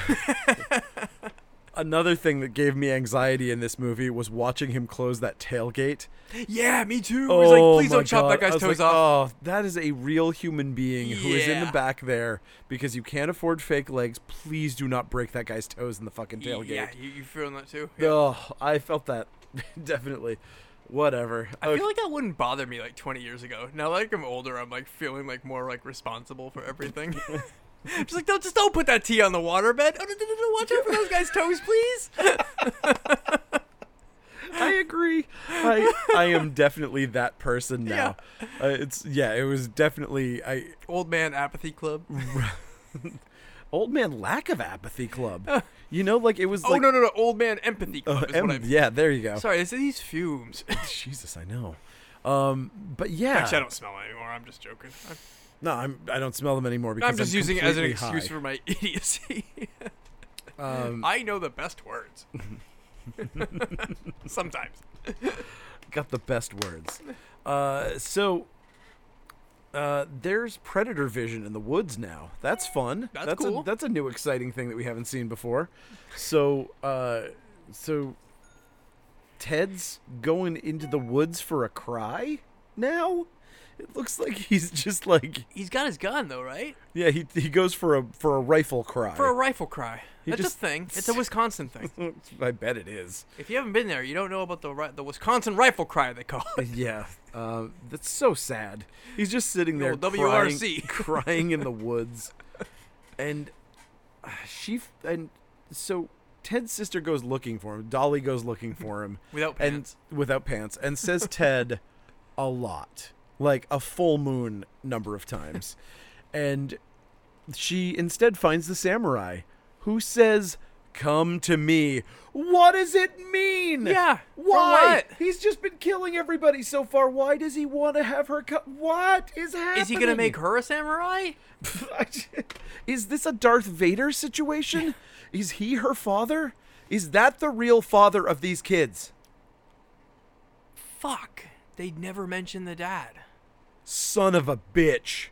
S2: [laughs]
S1: Another thing that gave me anxiety in this movie was watching him close that tailgate.
S2: yeah, me too.
S1: Oh,
S2: He's like, please
S1: my
S2: don't chop that
S1: God." I
S2: guy's
S1: was
S2: toes
S1: like,
S2: off.
S1: Oh, that is a real human being who is in the
S2: Yeah.
S1: back there because you can't afford fake legs. Please do not break that guy's toes in the fucking
S2: Y-
S1: oh, tailgate.
S2: Yeah, you, you feeling that too? Yeah.
S1: Oh, I felt that [laughs] definitely. Whatever.
S2: I feel like that wouldn't bother me like 20 years ago. Now like I'm older, I'm like feeling like more like responsible for
S1: [laughs]
S2: everything. just like don't just don't put that tea on the waterbed. Oh, no, no, no, no, watch out for those guys' toes, please.
S1: I agree.
S2: [laughs]
S1: I I am definitely that person now. Uh, it's yeah, it was definitely I
S2: Old man apathy
S1: [laughs]
S2: club.
S1: old man lack of apathy club. You know, like it was
S2: Uh, oh
S1: like
S2: no no no, old man empathy
S1: uh,
S2: club is
S1: em-
S2: what I'm.
S1: yeah, there you go.
S2: Sorry, it's these fumes.
S1: [laughs]
S2: [laughs]
S1: Jesus, I know. Um, but yeah,
S2: Actually, I don't smell it anymore. I'm just joking. I'm,
S1: no, I'm I don't smell them anymore because
S2: I'm just using it as an
S1: completely
S2: excuse for my [laughs] idiocy.
S1: [laughs] high. [laughs] Um,
S2: I know the best words.
S1: [laughs]
S2: Sometimes.
S1: got the best words. Uh, so uh, there's predator vision in the woods now. That's fun.
S2: That's
S1: a-
S2: cool.
S1: that's a new exciting thing that we haven't seen before. So uh, so Ted's going into the woods for a cry now. It looks like he's just like
S2: He's got his gun though, right?
S1: yeah he he goes for a for a rifle cry.
S2: For a rifle cry. That's
S1: just-
S2: a thing.
S1: [laughs]
S2: It's a Wisconsin thing.
S1: I bet it is.
S2: If you haven't been there, you don't know about the ri- the Wisconsin rifle cry they call
S1: [laughs]
S2: it.
S1: Yeah, uh, that's so sad. He's just sitting there,
S2: old WRC.
S1: [laughs] crying, crying in the woods, and uh, she f- and so Ted's sister goes looking for him. Dolly goes looking for him
S2: Without
S1: and
S2: pants.
S1: without pants,
S2: [laughs]
S1: and says Ted a lot, like a full moon number of times, and she instead finds the samurai, who says. Come to me. What does it mean?
S2: Yeah, for
S1: Why?
S2: what?
S1: He's just been killing everybody so far. Why does he want to have her cut? What is happening?
S2: Is he gonna
S1: [laughs]
S2: make her a samurai?
S1: is this a Darth Vader situation? is he her father? Is that the real father of these kids?
S2: Fuck. They'd never mention the dad.
S1: Son of a bitch.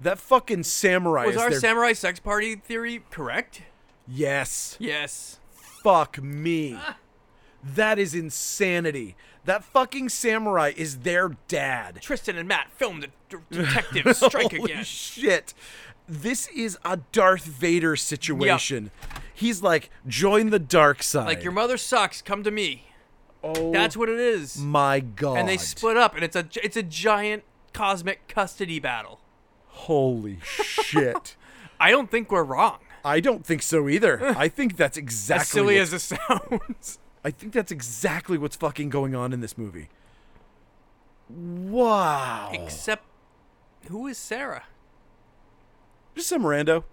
S1: That fucking samurai
S2: Was
S1: is
S2: our
S1: their-
S2: samurai sex party theory correct?
S1: yes.
S2: Yes.
S1: Fuck me. That is insanity. That fucking samurai is their dad.
S2: Tristan and Matt filmed a
S1: [laughs]
S2: d- detective strike
S1: Holy
S2: again.
S1: Shit. This is a Darth Vader situation. He's like, join the dark side.
S2: like your mother sucks. Come to me.
S1: oh
S2: That's what it is.
S1: my god.
S2: And they split up, and it's a gi- it's a giant cosmic custody battle.
S1: Holy
S2: [laughs]
S1: shit.
S2: I don't think we're wrong.
S1: I don't think so either. I think that's exactly
S2: As silly
S1: what's-
S2: as it
S1: [laughs]
S2: sounds.
S1: I think that's exactly what's fucking going on in this movie. Wow.
S2: Except, who is Sarah?
S1: Just some rando.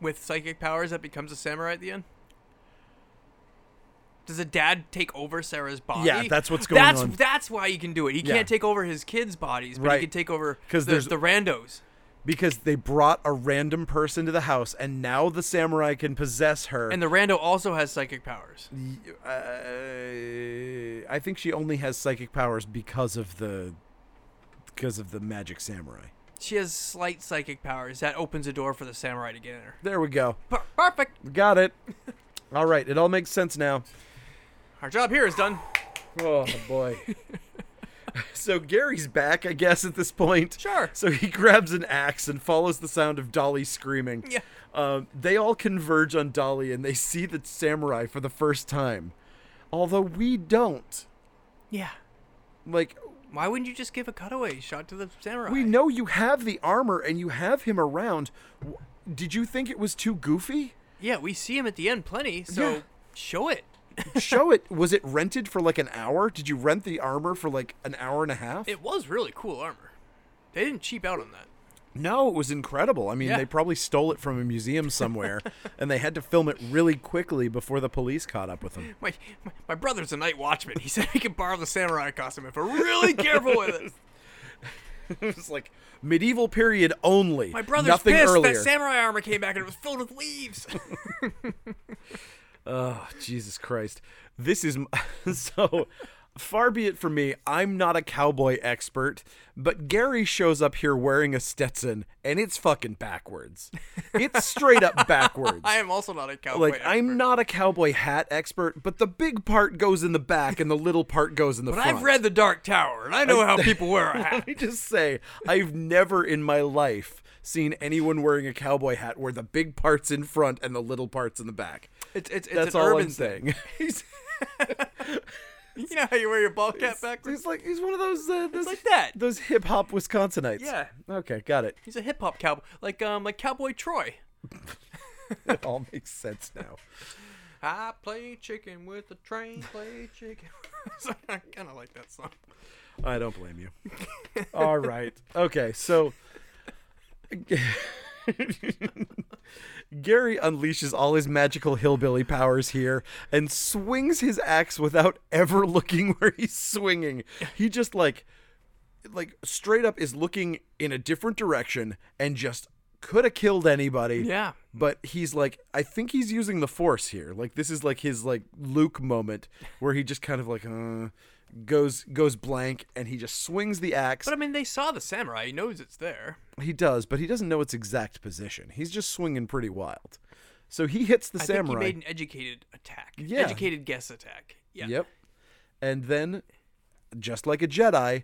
S2: with psychic powers that becomes a samurai at the end? Does a dad take over Sarah's body?
S1: Yeah, that's what's going
S2: that's,
S1: on.
S2: That's why he can do it. He
S1: Yeah.
S2: can't take over his kids' bodies, but
S1: Right.
S2: he can take over
S1: 'Cause
S2: the,
S1: there's-
S2: the randos.
S1: Because they brought a random person to the house and now the samurai can possess her.
S2: And the rando also has psychic powers.
S1: uh, I think she only has psychic powers because of the because of the magic samurai.
S2: She has slight psychic powers. That opens a door for the samurai to get in her.
S1: There we go.
S2: Per- perfect.
S1: Got it. [laughs] All right, it all makes sense now.
S2: Our job here is done.
S1: Oh boy. [laughs] so Gary's back, I guess, at this point.
S2: Sure.
S1: So he [laughs] grabs an axe and follows the sound of Dolly screaming.
S2: Yeah.
S1: Um, they all converge on Dolly and they see the samurai for the first time, although we don't.
S2: Yeah.
S1: Like
S2: Why wouldn't you just give a cutaway shot to the samurai?
S1: We know you have the armor and you have him around. W- Did you think it was
S2: [laughs]
S1: too goofy?
S2: yeah, we see him at the end plenty, so
S1: Yeah.
S2: show it.
S1: Show it. Was it rented for like an hour? Did you rent the armor for like an hour and a half?
S2: It was really cool armor. They didn't cheap out on that.
S1: no, it was incredible. I mean,
S2: Yeah.
S1: they probably stole it from a
S2: [laughs]
S1: museum somewhere and they had to film it really quickly before the police caught up with them.
S2: My, my my brother's a night watchman. He [laughs] said we could borrow the samurai costume if we're
S1: [laughs]
S2: really careful with it.
S1: it was like medieval period only.
S2: My brother's
S1: nothing
S2: pissed
S1: earlier.
S2: that samurai armor came back and it was filled with leaves. [laughs]
S1: Oh, Jesus Christ. This is m- [laughs] so far be it from me. I'm not a cowboy expert, but Gary shows up here wearing a Stetson and it's fucking backwards. It's straight
S2: [laughs]
S1: up backwards.
S2: I am also not a cowboy.
S1: like I'm not a cowboy hat expert, but the big part goes in the back and the little part goes in the
S2: But
S1: front.
S2: I've
S1: [laughs]
S2: read The Dark Tower, and I know how people wear [laughs] a hat.
S1: Let me just say, I've never in my life seen anyone wearing a cowboy hat where the big part's in front and the little part's in the back.
S2: It's, it's, it's
S1: That's
S2: an
S1: all
S2: urban [laughs]
S1: I'm saying. He's-
S2: thing. You know how you wear your ball cap backwards?
S1: He's like he's one of those uh, those
S2: like that.
S1: those hip hop Wisconsinites.
S2: Yeah.
S1: Okay, got it. [laughs]
S2: He's a hip hop cowboy, like um, like Cowboy Troy.
S1: It all makes sense now.
S2: I play chicken with the train, play chicken. [laughs] So I kind of like that song.
S1: I don't blame you. [laughs] all right. Okay, so [laughs] Gary unleashes all his magical hillbilly powers here and swings his axe without ever [laughs] looking where he's swinging. He just like like straight up is looking in a different direction and just could have killed anybody.
S2: Yeah.
S1: but he's like i think he's using the force here like this is like his like luke moment where he just kind of like uh, goes goes blank and he just swings the axe
S2: But I mean, they saw the samurai. He knows it's there.
S1: he does but he doesn't know its exact position he's just swinging pretty wild so he hits the
S2: I think he
S1: samurai
S2: made an educated attack.
S1: Yeah.
S2: Educated guess attack. Yeah.
S1: yep and then just like a jedi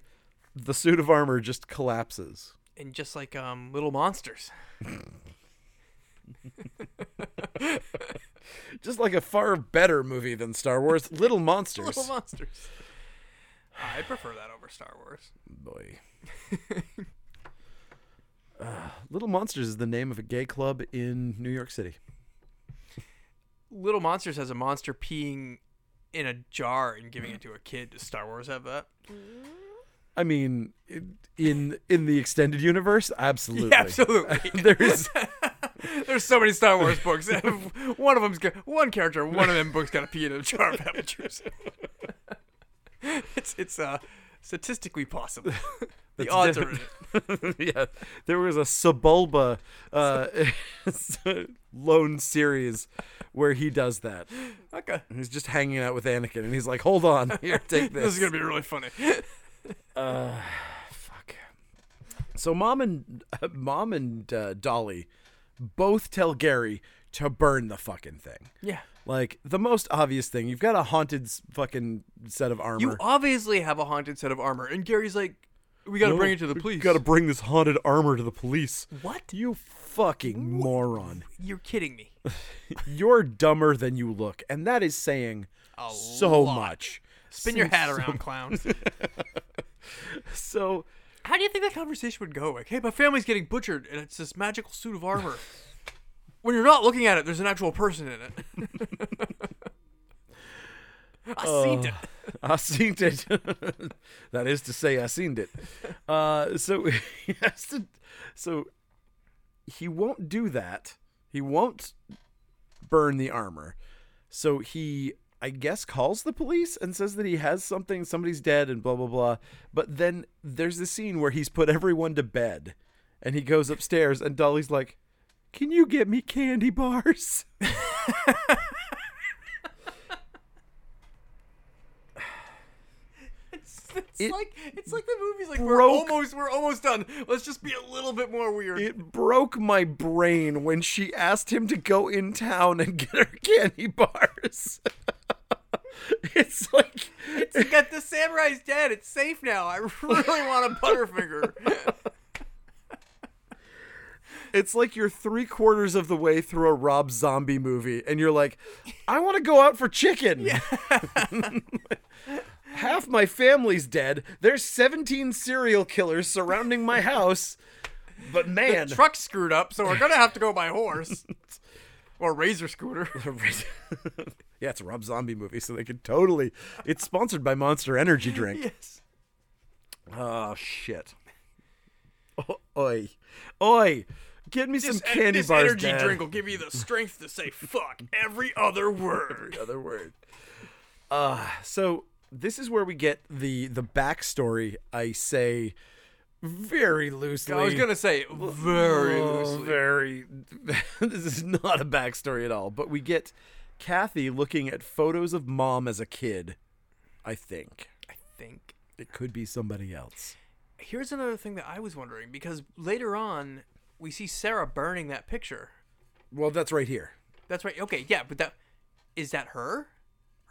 S1: the suit of armor just collapses
S2: And just like um, little monsters.
S1: just like a far better movie than star wars little
S2: [laughs]
S1: monsters
S2: Little monsters. I prefer that over Star Wars.
S1: boy. [laughs] uh, Little Monsters is the name of a gay club in New York City.
S2: Little Monsters has a monster peeing in a jar and giving it to a kid. Does Star Wars have
S1: [laughs]
S2: that?
S1: I mean, i- in in the extended universe, absolutely.
S2: Yeah,
S1: [laughs]
S2: absolutely.
S1: there is
S2: [laughs] There's so many Star Wars books. [laughs] one of them's got one character. in One of them books got to pee in a jar of apple juice. [laughs] it's it's uh statistically
S1: [laughs]
S2: possible. the
S1: That's
S2: odds
S1: def-
S2: are in it.
S1: [laughs] yeah, there was a Sebulba uh, [laughs] lone series where he does that.
S2: okay.
S1: He's just hanging out with Anakin, and he's like, "Hold on, [laughs] here, take
S2: This is gonna be really funny.
S1: Uh, Fuck. So mom and [laughs] mom and uh, Dolly both tell Gary to burn the fucking thing.
S2: yeah.
S1: Like the most obvious thing, you've got a haunted s- fucking set of armor.
S2: You obviously have a haunted set of armor, and Gary's like, "We gotta bring it to the police."
S1: Got to bring this haunted armor to the police.
S2: What?
S1: You fucking moron.
S2: You're kidding
S1: [laughs]
S2: me.
S1: You're dumber than you look, and that is saying
S2: A
S1: so
S2: lot.
S1: much.
S2: Spin your hat around, clown.
S1: So
S2: How do you think that conversation would go? Like, hey, my family's getting butchered, and it's this magical suit of
S1: [laughs]
S2: armor. when you're not looking at it, there's an actual person in it. [laughs] I seen it.
S1: I seen it. that [laughs] is to say, I seen it. Uh, so [laughs] he has to. So he won't do that. He won't burn the armor. So he, I guess, calls the police and says that he has something. Somebody's dead and blah blah blah. But then there's this scene where he's put everyone to bed, and he goes upstairs, and Dolly's like, "Can you get me candy bars?" [laughs]
S2: It's, [laughs] it's
S1: It
S2: like it's like the movies. Like we're
S1: broke-
S2: almost we're almost done. Let's just be a little bit more weird. [laughs]
S1: It broke my brain when she asked him to go in town and get her candy bars. [laughs] it's like
S2: it's got the samurai's dead. It's safe now. I [laughs] really want a
S1: [laughs]
S2: butterfinger.
S1: it's like you're three quarters of the way through a Rob Zombie movie, and you're like, I want to go out for chicken. [laughs] half my family's dead. There's 17 serial killers surrounding my house. But man,
S2: Truck screwed up, so we're gonna have to go by
S1: [laughs]
S2: horse or razor scooter. [laughs]
S1: yeah, it's a Rob Zombie movie, so they could totally. It's sponsored by Monster Energy Drink.
S2: yes.
S1: Oh shit. O- [laughs] oi, oi, get me some candy
S2: this
S1: bars.
S2: energy
S1: Dad.
S2: drink will give you the strength to say fuck [laughs] every other word.
S1: Other word. Uh, so this is where we get the the backstory. I say very loosely.
S2: I was gonna say very
S1: Oh,
S2: loosely.
S1: Very. [laughs] this is not a backstory at all. But we get Kathy looking at photos of mom as a kid. I think
S2: I think.
S1: it could be somebody else.
S2: Here's another thing that I was wondering because later on we see Sarah burning that picture.
S1: Well, that's right here.
S2: That's right. Okay, yeah, but that is that her,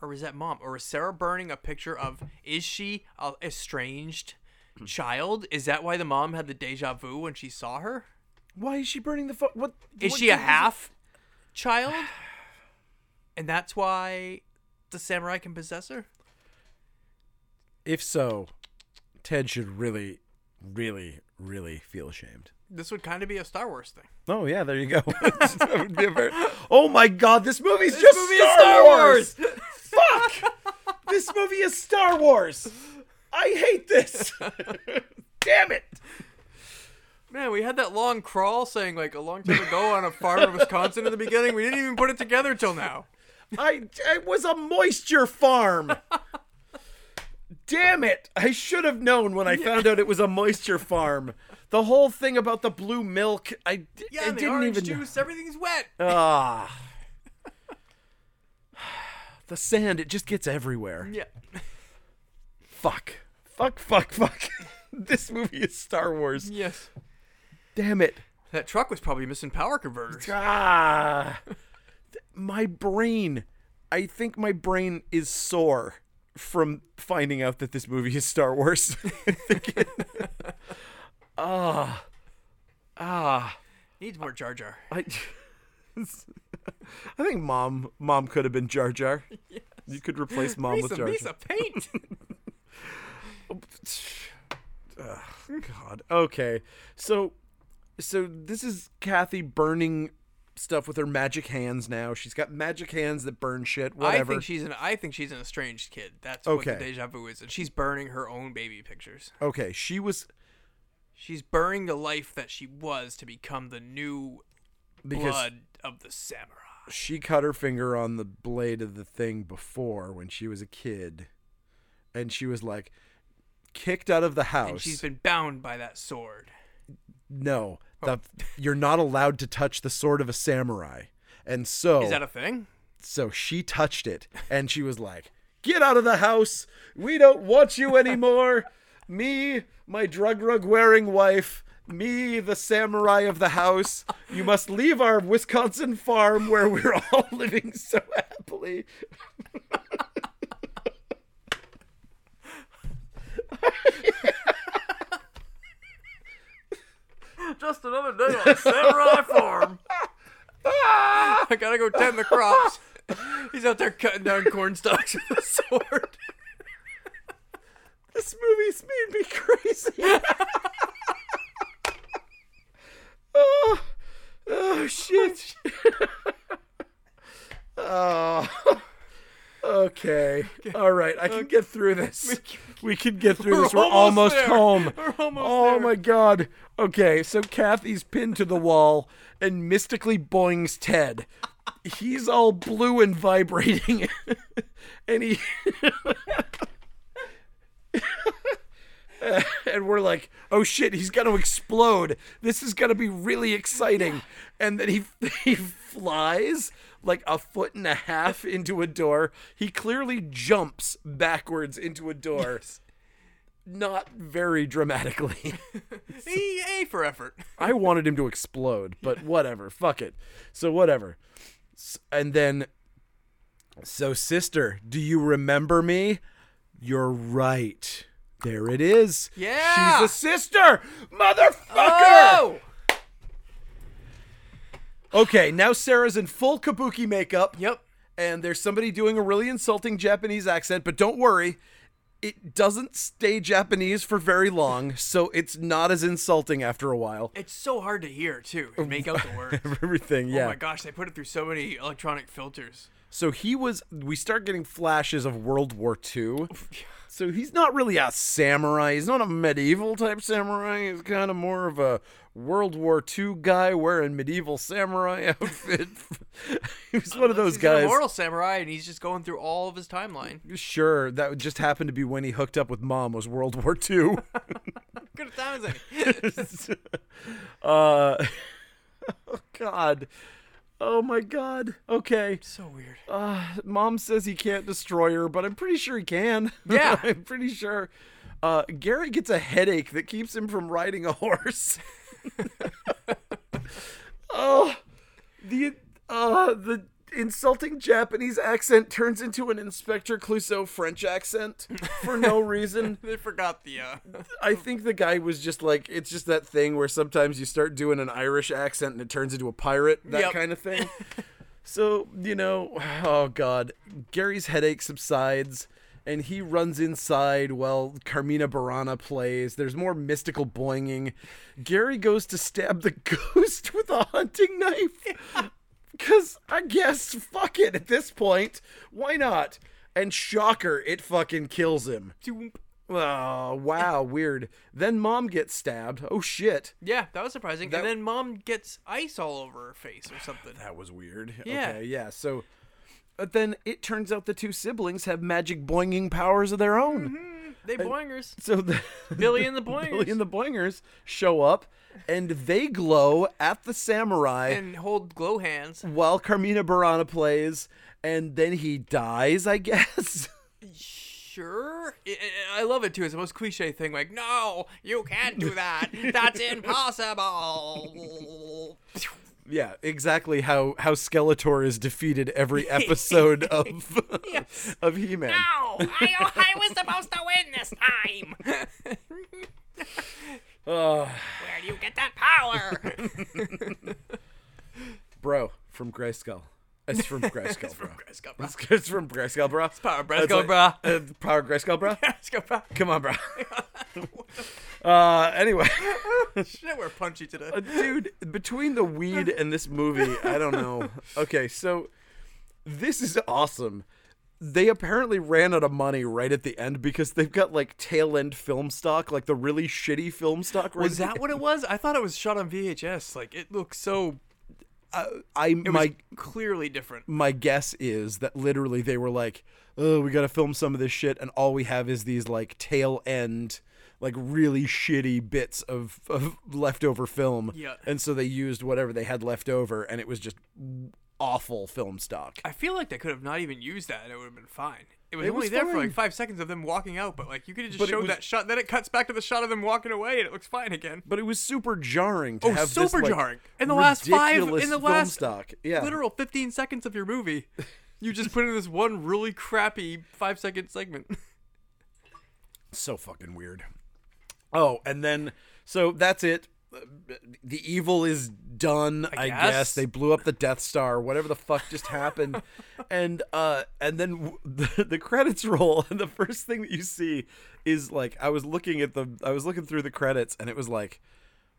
S2: or is that mom, or is Sarah burning a picture of? Is she a estranged child? Is that why the mom had the deja vu when she saw her?
S1: Why is she burning the photo? What
S2: Is
S1: what
S2: she a
S1: good
S2: half child? [sighs] And that's why the samurai can possess her.
S1: If so, Ted should really, really, really feel ashamed.
S2: This would kind of be a Star Wars thing.
S1: Oh yeah, there you go. [laughs] that would be a very... Oh my God, this movie's just
S2: movie is
S1: Star,
S2: Star
S1: Wars.
S2: Wars.
S1: Fuck! this movie is Star Wars. I hate [laughs] this. Damn it.
S2: Man, we had that long crawl saying like a long time ago on a farm [laughs] in Wisconsin in the beginning. We didn't even put it together till now.
S1: I it was a moisture farm. Damn it. I should have known when I found out it was a moisture farm. The whole thing about the blue milk, I,
S2: Yeah,
S1: I
S2: and the
S1: didn't
S2: orange
S1: even know.
S2: juice, everything's wet.
S1: Ah. [sighs] the sand, it just gets everywhere.
S2: yeah.
S1: Fuck. Fuck, fuck, fuck. [laughs] this movie is Star Wars.
S2: Yes.
S1: Damn it.
S2: That truck was probably missing power converters.
S1: Ah. Th- [laughs] My brain. I think my brain is sore from finding out that this movie is Star Wars. [laughs] I think it- Ah. Ah.
S2: Needs more Jar Jar.
S1: I, [laughs] I think mom mom could have been Jar [laughs] Jar. You could replace mom with
S2: Misa,
S1: Jar Jar.
S2: Misa,
S1: [laughs]
S2: paint.
S1: Ugh, God. Okay. So, so this is Kathy burning stuff with her magic hands. Now she's got magic hands that burn shit.
S2: I
S1: Whatever.
S2: think she's an I think she's an estranged kid. That's what
S1: Okay.
S2: the deja vu is, and she's burning her own baby pictures.
S1: okay. She was
S2: She's burning the life that she was to become the new
S1: because
S2: blood of the samurai.
S1: she cut her finger on the blade of the thing before when she was a kid, and she was like kicked out of the house.
S2: And she's been bound by that sword.
S1: no,
S2: Oh.
S1: the, you're not allowed to touch the sword of a samurai. And so
S2: Is that a thing?
S1: So she touched it and she was like, Get out of the house. We don't want you anymore. me, my drug rug wearing wife, me, the samurai of the house. You must leave our Wisconsin farm where we're all [laughs] living so happily.
S2: Just another day on
S1: [laughs]
S2: samurai farm. I gotta go tend the crops. He's out there cutting down corn stalks with a sword.
S1: This movie's made me [laughs] crazy. oh, oh, shit. oh. [laughs] Okay. All right. I can get through this. We can get through this. [laughs] We're
S2: almost
S1: almost,
S2: there.
S1: home.
S2: We're almost
S1: oh
S2: there.
S1: my god. Okay. So Kathy's pinned to the wall and mystically boings Ted. He's all blue and vibrating. [laughs] and he [laughs] and we're like, "Oh shit, he's going to explode. This is going to be really exciting." And then he [laughs] he flies like a foot and a half into a door. He clearly jumps backwards into a door. Not very dramatically. [laughs]
S2: E A for effort.
S1: I wanted him to explode, but whatever. Fuck it. So whatever. S- And then so sister, do you remember me? You're right. There it is.
S2: Yeah.
S1: She's a sister. Motherfucker.
S2: Oh!
S1: Okay, now Sarah's in full kabuki makeup
S2: Yep.
S1: and there's somebody doing a really insulting Japanese accent, but don't worry. it doesn't stay Japanese for very long, so it's not as insulting after a while. [laughs]
S2: It's so hard to hear too. and Make out the words.
S1: Everything, [laughs] yeah.
S2: Oh my gosh, they put it through so many electronic filters.
S1: So he was. We start getting flashes of World War II.
S2: Oh,
S1: So he's not really a samurai. He's not a medieval type samurai. He's kind of more of a World War II guy wearing medieval samurai [laughs] outfit. he was one of those
S2: he's An
S1: guys.
S2: immortal samurai, and he's just going through all of his timeline.
S1: Sure, that would just happened to be when he hooked up with mom was World War
S2: [laughs]
S1: II.
S2: Good time [laughs] as any.
S1: uh, [laughs] oh God. Oh my God. Okay.
S2: so weird.
S1: Uh, [sighs] mom says he can't destroy her, but I'm pretty sure he can. [laughs]
S2: Yeah.
S1: I'm pretty sure. Uh, Gary gets a headache that keeps him from riding a horse. [laughs] oh, the uh, the insulting Japanese accent turns into an Inspector Clouseau French accent for no reason.
S2: [laughs] They forgot the. uh
S1: I think the guy was just like it's just that thing where sometimes you start doing an Irish accent and it turns into a pirate, that
S2: Yep.
S1: kind of thing. so, you know, oh god, Gary's headache subsides and he runs inside while Carmina Burana plays. There's more mystical boinging. Gary goes to stab the [laughs] ghost with a hunting knife. Cuz I guess fuck it at this point. Why not? And shocker, it fucking kills him.
S2: doom.
S1: Oh, wow, weird. Then mom gets stabbed. Oh shit.
S2: [laughs] Yeah, that was surprising.
S1: That-
S2: and then mom gets ice all over her face or [laughs] something.
S1: That was weird.
S2: Yeah.
S1: Okay, yeah. So but then it turns out the two siblings have magic boinging powers of their own.
S2: They boingers.
S1: So [laughs] the
S2: Billy [laughs] and the boingers.
S1: Billy and the boingers show up and they glow at the samurai
S2: and hold glow hands.
S1: while Carmina Burana plays and then he dies, I [laughs] guess.
S2: Sure. I- I- I love it too. It's the most cliche thing. Like, no, you can't do that. [laughs] That's impossible. [laughs]
S1: yeah, exactly how how Skeletor is defeated every [laughs] episode of
S2: Yes.
S1: [laughs] of He-Man.
S2: No, I, I was supposed to win this time.
S1: Ugh.
S2: Where do you get that power?
S1: bro from Grayskull. It's [laughs] from Grayskull, bro.
S2: Let's go, bro. [laughs]
S1: It's from Grayskull, bro. It's
S2: Power,
S1: It's
S2: let's go,
S1: like-
S2: bro.
S1: Uh, power Grayskull, [laughs] bro.
S2: Let's go, bro.
S1: Come [laughs] on, bro. uh, anyway,
S2: Shit, we're punchy today.
S1: Uh, dude, between the weed and this movie, I don't know. [laughs] Okay, so this is awesome. They apparently ran out of money right at the end because they've got like tail end film stock, like the really shitty film stock. right
S2: Was
S1: at the
S2: that what it was? I thought it was shot on VHS. Like, it looks so
S1: end. I
S2: it
S1: my
S2: was clearly different.
S1: my guess is that literally they were like, "Oh, we got to film some of this shit," and all we have is these like tail end, like really shitty bits of, of leftover film.
S2: Yeah.
S1: And so they used whatever they had left over, and it was just awful film stock.
S2: I feel like they could have not even used that and it would have been fine. It was
S1: It
S2: only
S1: was
S2: there for
S1: fine.
S2: like five seconds of them walking out, but like you could have just
S1: But it
S2: showed
S1: was-
S2: that shot. Then it cuts back to the shot of them walking away and it looks fine again.
S1: But it was super jarring to
S2: Oh,
S1: have this,
S2: super
S1: like,
S2: jarring. In the last five,
S1: ridiculous
S2: in the
S1: film
S2: last
S1: stock, yeah,
S2: literal 15 seconds of your movie, you just put in this one really crappy five second segment.
S1: so fucking weird. Oh, and then so that's it. The evil is done, I, guess.
S2: guess.
S1: They blew up the Death Star, whatever the fuck just [laughs] happened, and uh, and then w- [laughs] the, the credits roll, and the first thing that you see is like I was looking at the I was looking through the credits, and it was like,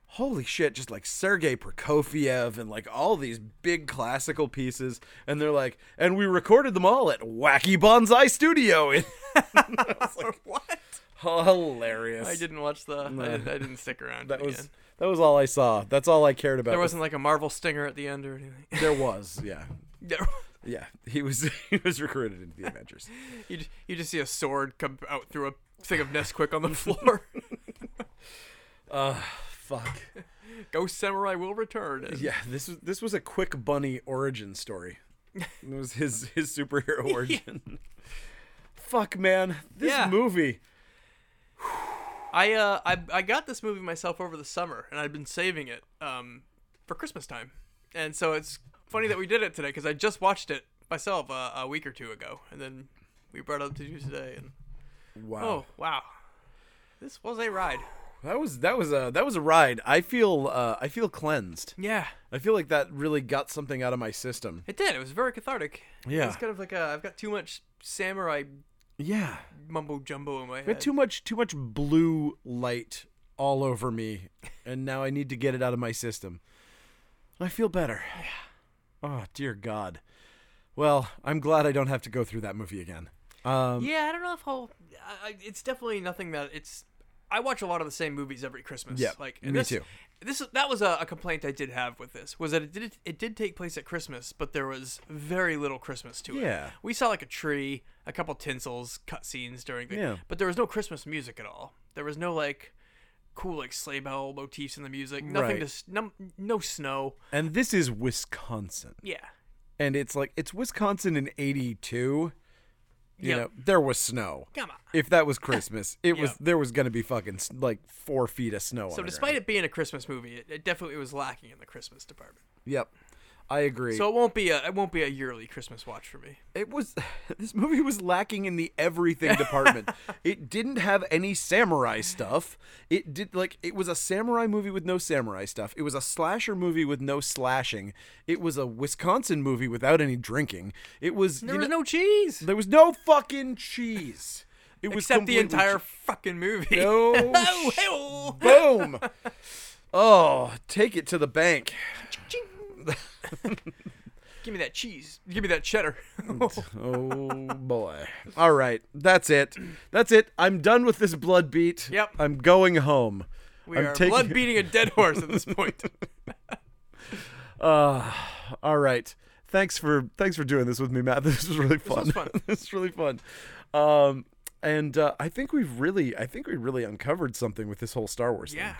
S1: holy shit, just like Sergei Prokofiev and like all these big classical pieces, and they're like, and we recorded them all at Wacky Bonsai Studio. in [laughs]
S2: [laughs] what?
S1: Hilarious.
S2: I didn't watch the. I, didn't, I didn't stick around.
S1: That
S2: to the
S1: was
S2: end.
S1: that was all I saw. That's all I cared about.
S2: There wasn't like a Marvel stinger at the end or anything. [laughs]
S1: [laughs] There was, yeah,
S2: There-
S1: yeah. He was [laughs] he was recruited into the Avengers.
S2: you, ju- you just see a sword come out through a thing of Nesquik on the [laughs]
S1: [laughs]
S2: floor.
S1: Fuck.
S2: Ghost Samurai will return. and-
S1: Yeah, this was this was a quick bunny origin story. It was his
S2: [laughs]
S1: his superhero origin. Fuck, man, this
S2: Yeah.
S1: movie.
S2: I uh I, I got this movie myself over the summer and I've been saving it um for Christmas time. And so it's funny that we did it today cuz I just watched it myself uh, a week or two ago and then we brought it up to you today and
S1: Wow,
S2: oh wow. This was a ride.
S1: that was that was a that was a ride. I feel uh, I feel cleansed.
S2: Yeah.
S1: I feel like that really got something out of my system.
S2: It did. It was very cathartic.
S1: Yeah.
S2: It's kind of like a, I've got too much samurai
S1: Yeah.
S2: mumbo jumbo in my
S1: I had
S2: head.
S1: too much too much blue light all over me, and now I need to get it out of my system. I feel better. Oh dear God. Well, I'm glad I don't have to go through that movie again. Um,
S2: yeah, I don't know if I'll. I, I- it's definitely nothing that it's. I watch a lot of the same movies every Christmas.
S1: Yeah,
S2: like
S1: me
S2: this,
S1: too.
S2: This that was a, a complaint I did have with this was that it did it did take place at Christmas, but there was very little Christmas to it.
S1: Yeah.
S2: we saw like a tree, a couple tinsels, cutscenes during the.
S1: Yeah.
S2: but there was no Christmas music at all. There was no like cool like sleigh bell motifs in the music. Nothing
S1: Right.
S2: to s- no, no snow.
S1: and this is Wisconsin,
S2: Yeah,
S1: and it's like it's Wisconsin in '82. You
S2: Yep.
S1: know, there was snow.
S2: come on.
S1: If that was Christmas, it was
S2: Yeah.
S1: there was gonna be fucking s- like four feet of snow.
S2: So despite it being a Christmas movie, it, it definitely was lacking in the Christmas department.
S1: yep, I agree.
S2: So it won't be a it won't be a yearly Christmas watch for me.
S1: it was [sighs] this movie was lacking in the everything department.
S2: [laughs]
S1: it didn't have any samurai stuff. It did like it was a samurai movie with no samurai stuff. It was a slasher movie with no slashing. It was a Wisconsin movie without any drinking. It was
S2: There
S1: you
S2: was
S1: know,
S2: no cheese
S1: there was no fucking cheese. It was
S2: except the
S1: completely
S2: entire fucking movie.
S1: No
S2: Oh,
S1: sh-
S2: [laughs] well.
S1: che- boom. oh, take it to the bank.
S2: [laughs] Give me that cheese. Give me that
S1: [laughs]
S2: cheddar.
S1: Oh boy. All right. That's it. That's it. I'm done with this blood beat.
S2: Yep.
S1: I'm going home.
S2: we
S1: I'm
S2: are
S1: taking-
S2: blood beating a dead horse at this
S1: [laughs]
S2: point.
S1: All right. Thanks for thanks for doing this with me, Matt. [laughs] This was really fun.
S2: was fun.
S1: [laughs] This was really fun. Um and uh, I think we've really I think we really uncovered something with this whole Star Wars
S2: yeah.
S1: thing.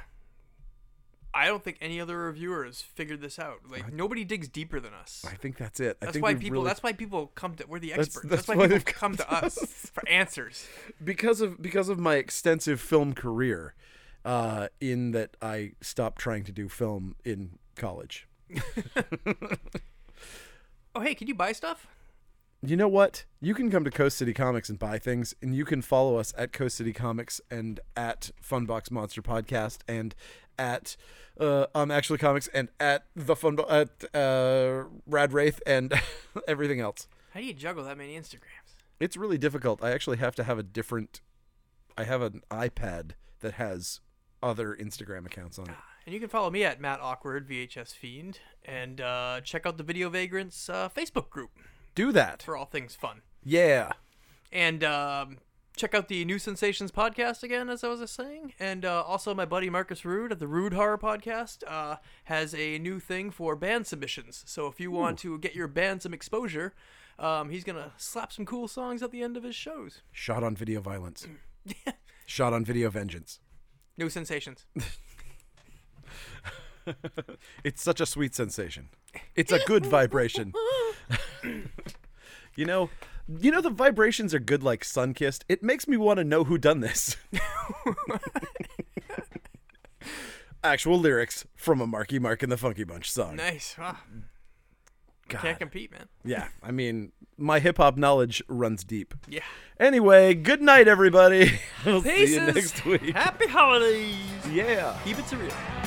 S2: I don't think any other reviewer has figured this out. Like nobody digs deeper than us.
S1: I think that's it. I
S2: That's
S1: think
S2: why
S1: we've
S2: people.
S1: really-
S2: That's why people come to. We're the experts. That's,
S1: that's
S2: why,
S1: why
S2: people
S1: they've
S2: come to us for answers.
S1: because of because of my extensive film career, uh, in that I stopped trying to do film in college.
S2: Oh hey, can you buy stuff?
S1: You know what? You can come to Coast City Comics and buy things, and you can follow us at Coast City Comics and at Funbox Monster Podcast and at uh, um Actually Comics and at the Fun at uh, Rad Wraith and [laughs] everything else.
S2: How do you juggle that many Instagrams?
S1: It's really difficult. I actually have to have a different. I have an iPad that has other Instagram accounts on it.
S2: And you can follow me at Matt Awkward VHS Fiend and uh, check out the Video Vagrants uh, Facebook group
S1: Do that.
S2: for all things fun.
S1: Yeah.
S2: And um, check out the New Sensations podcast again, as I was saying. And uh, also, my buddy Marcus Rude at the Rude Horror Podcast uh, has a new thing for band submissions. So if you want to get your band some exposure, um, he's gonna slap some cool songs at the end of his shows.
S1: Shot on video violence. Shot on video vengeance.
S2: New
S1: [laughs]
S2: Sensations.
S1: It's such a sweet sensation. It's a good vibration. you know, you know the vibrations are good like Sunkissed. It makes me want to know who done this. Actual lyrics from a Marky Mark and the Funky Bunch song.
S2: nice. Ah,
S1: God.
S2: can't compete, man.
S1: Yeah, I mean, my hip hop knowledge runs deep.
S2: Yeah.
S1: Anyway, good night, everybody. [laughs] we'll see you
S2: Pieces.
S1: next week.
S2: Happy holidays.
S1: Yeah.
S2: Keep it surreal.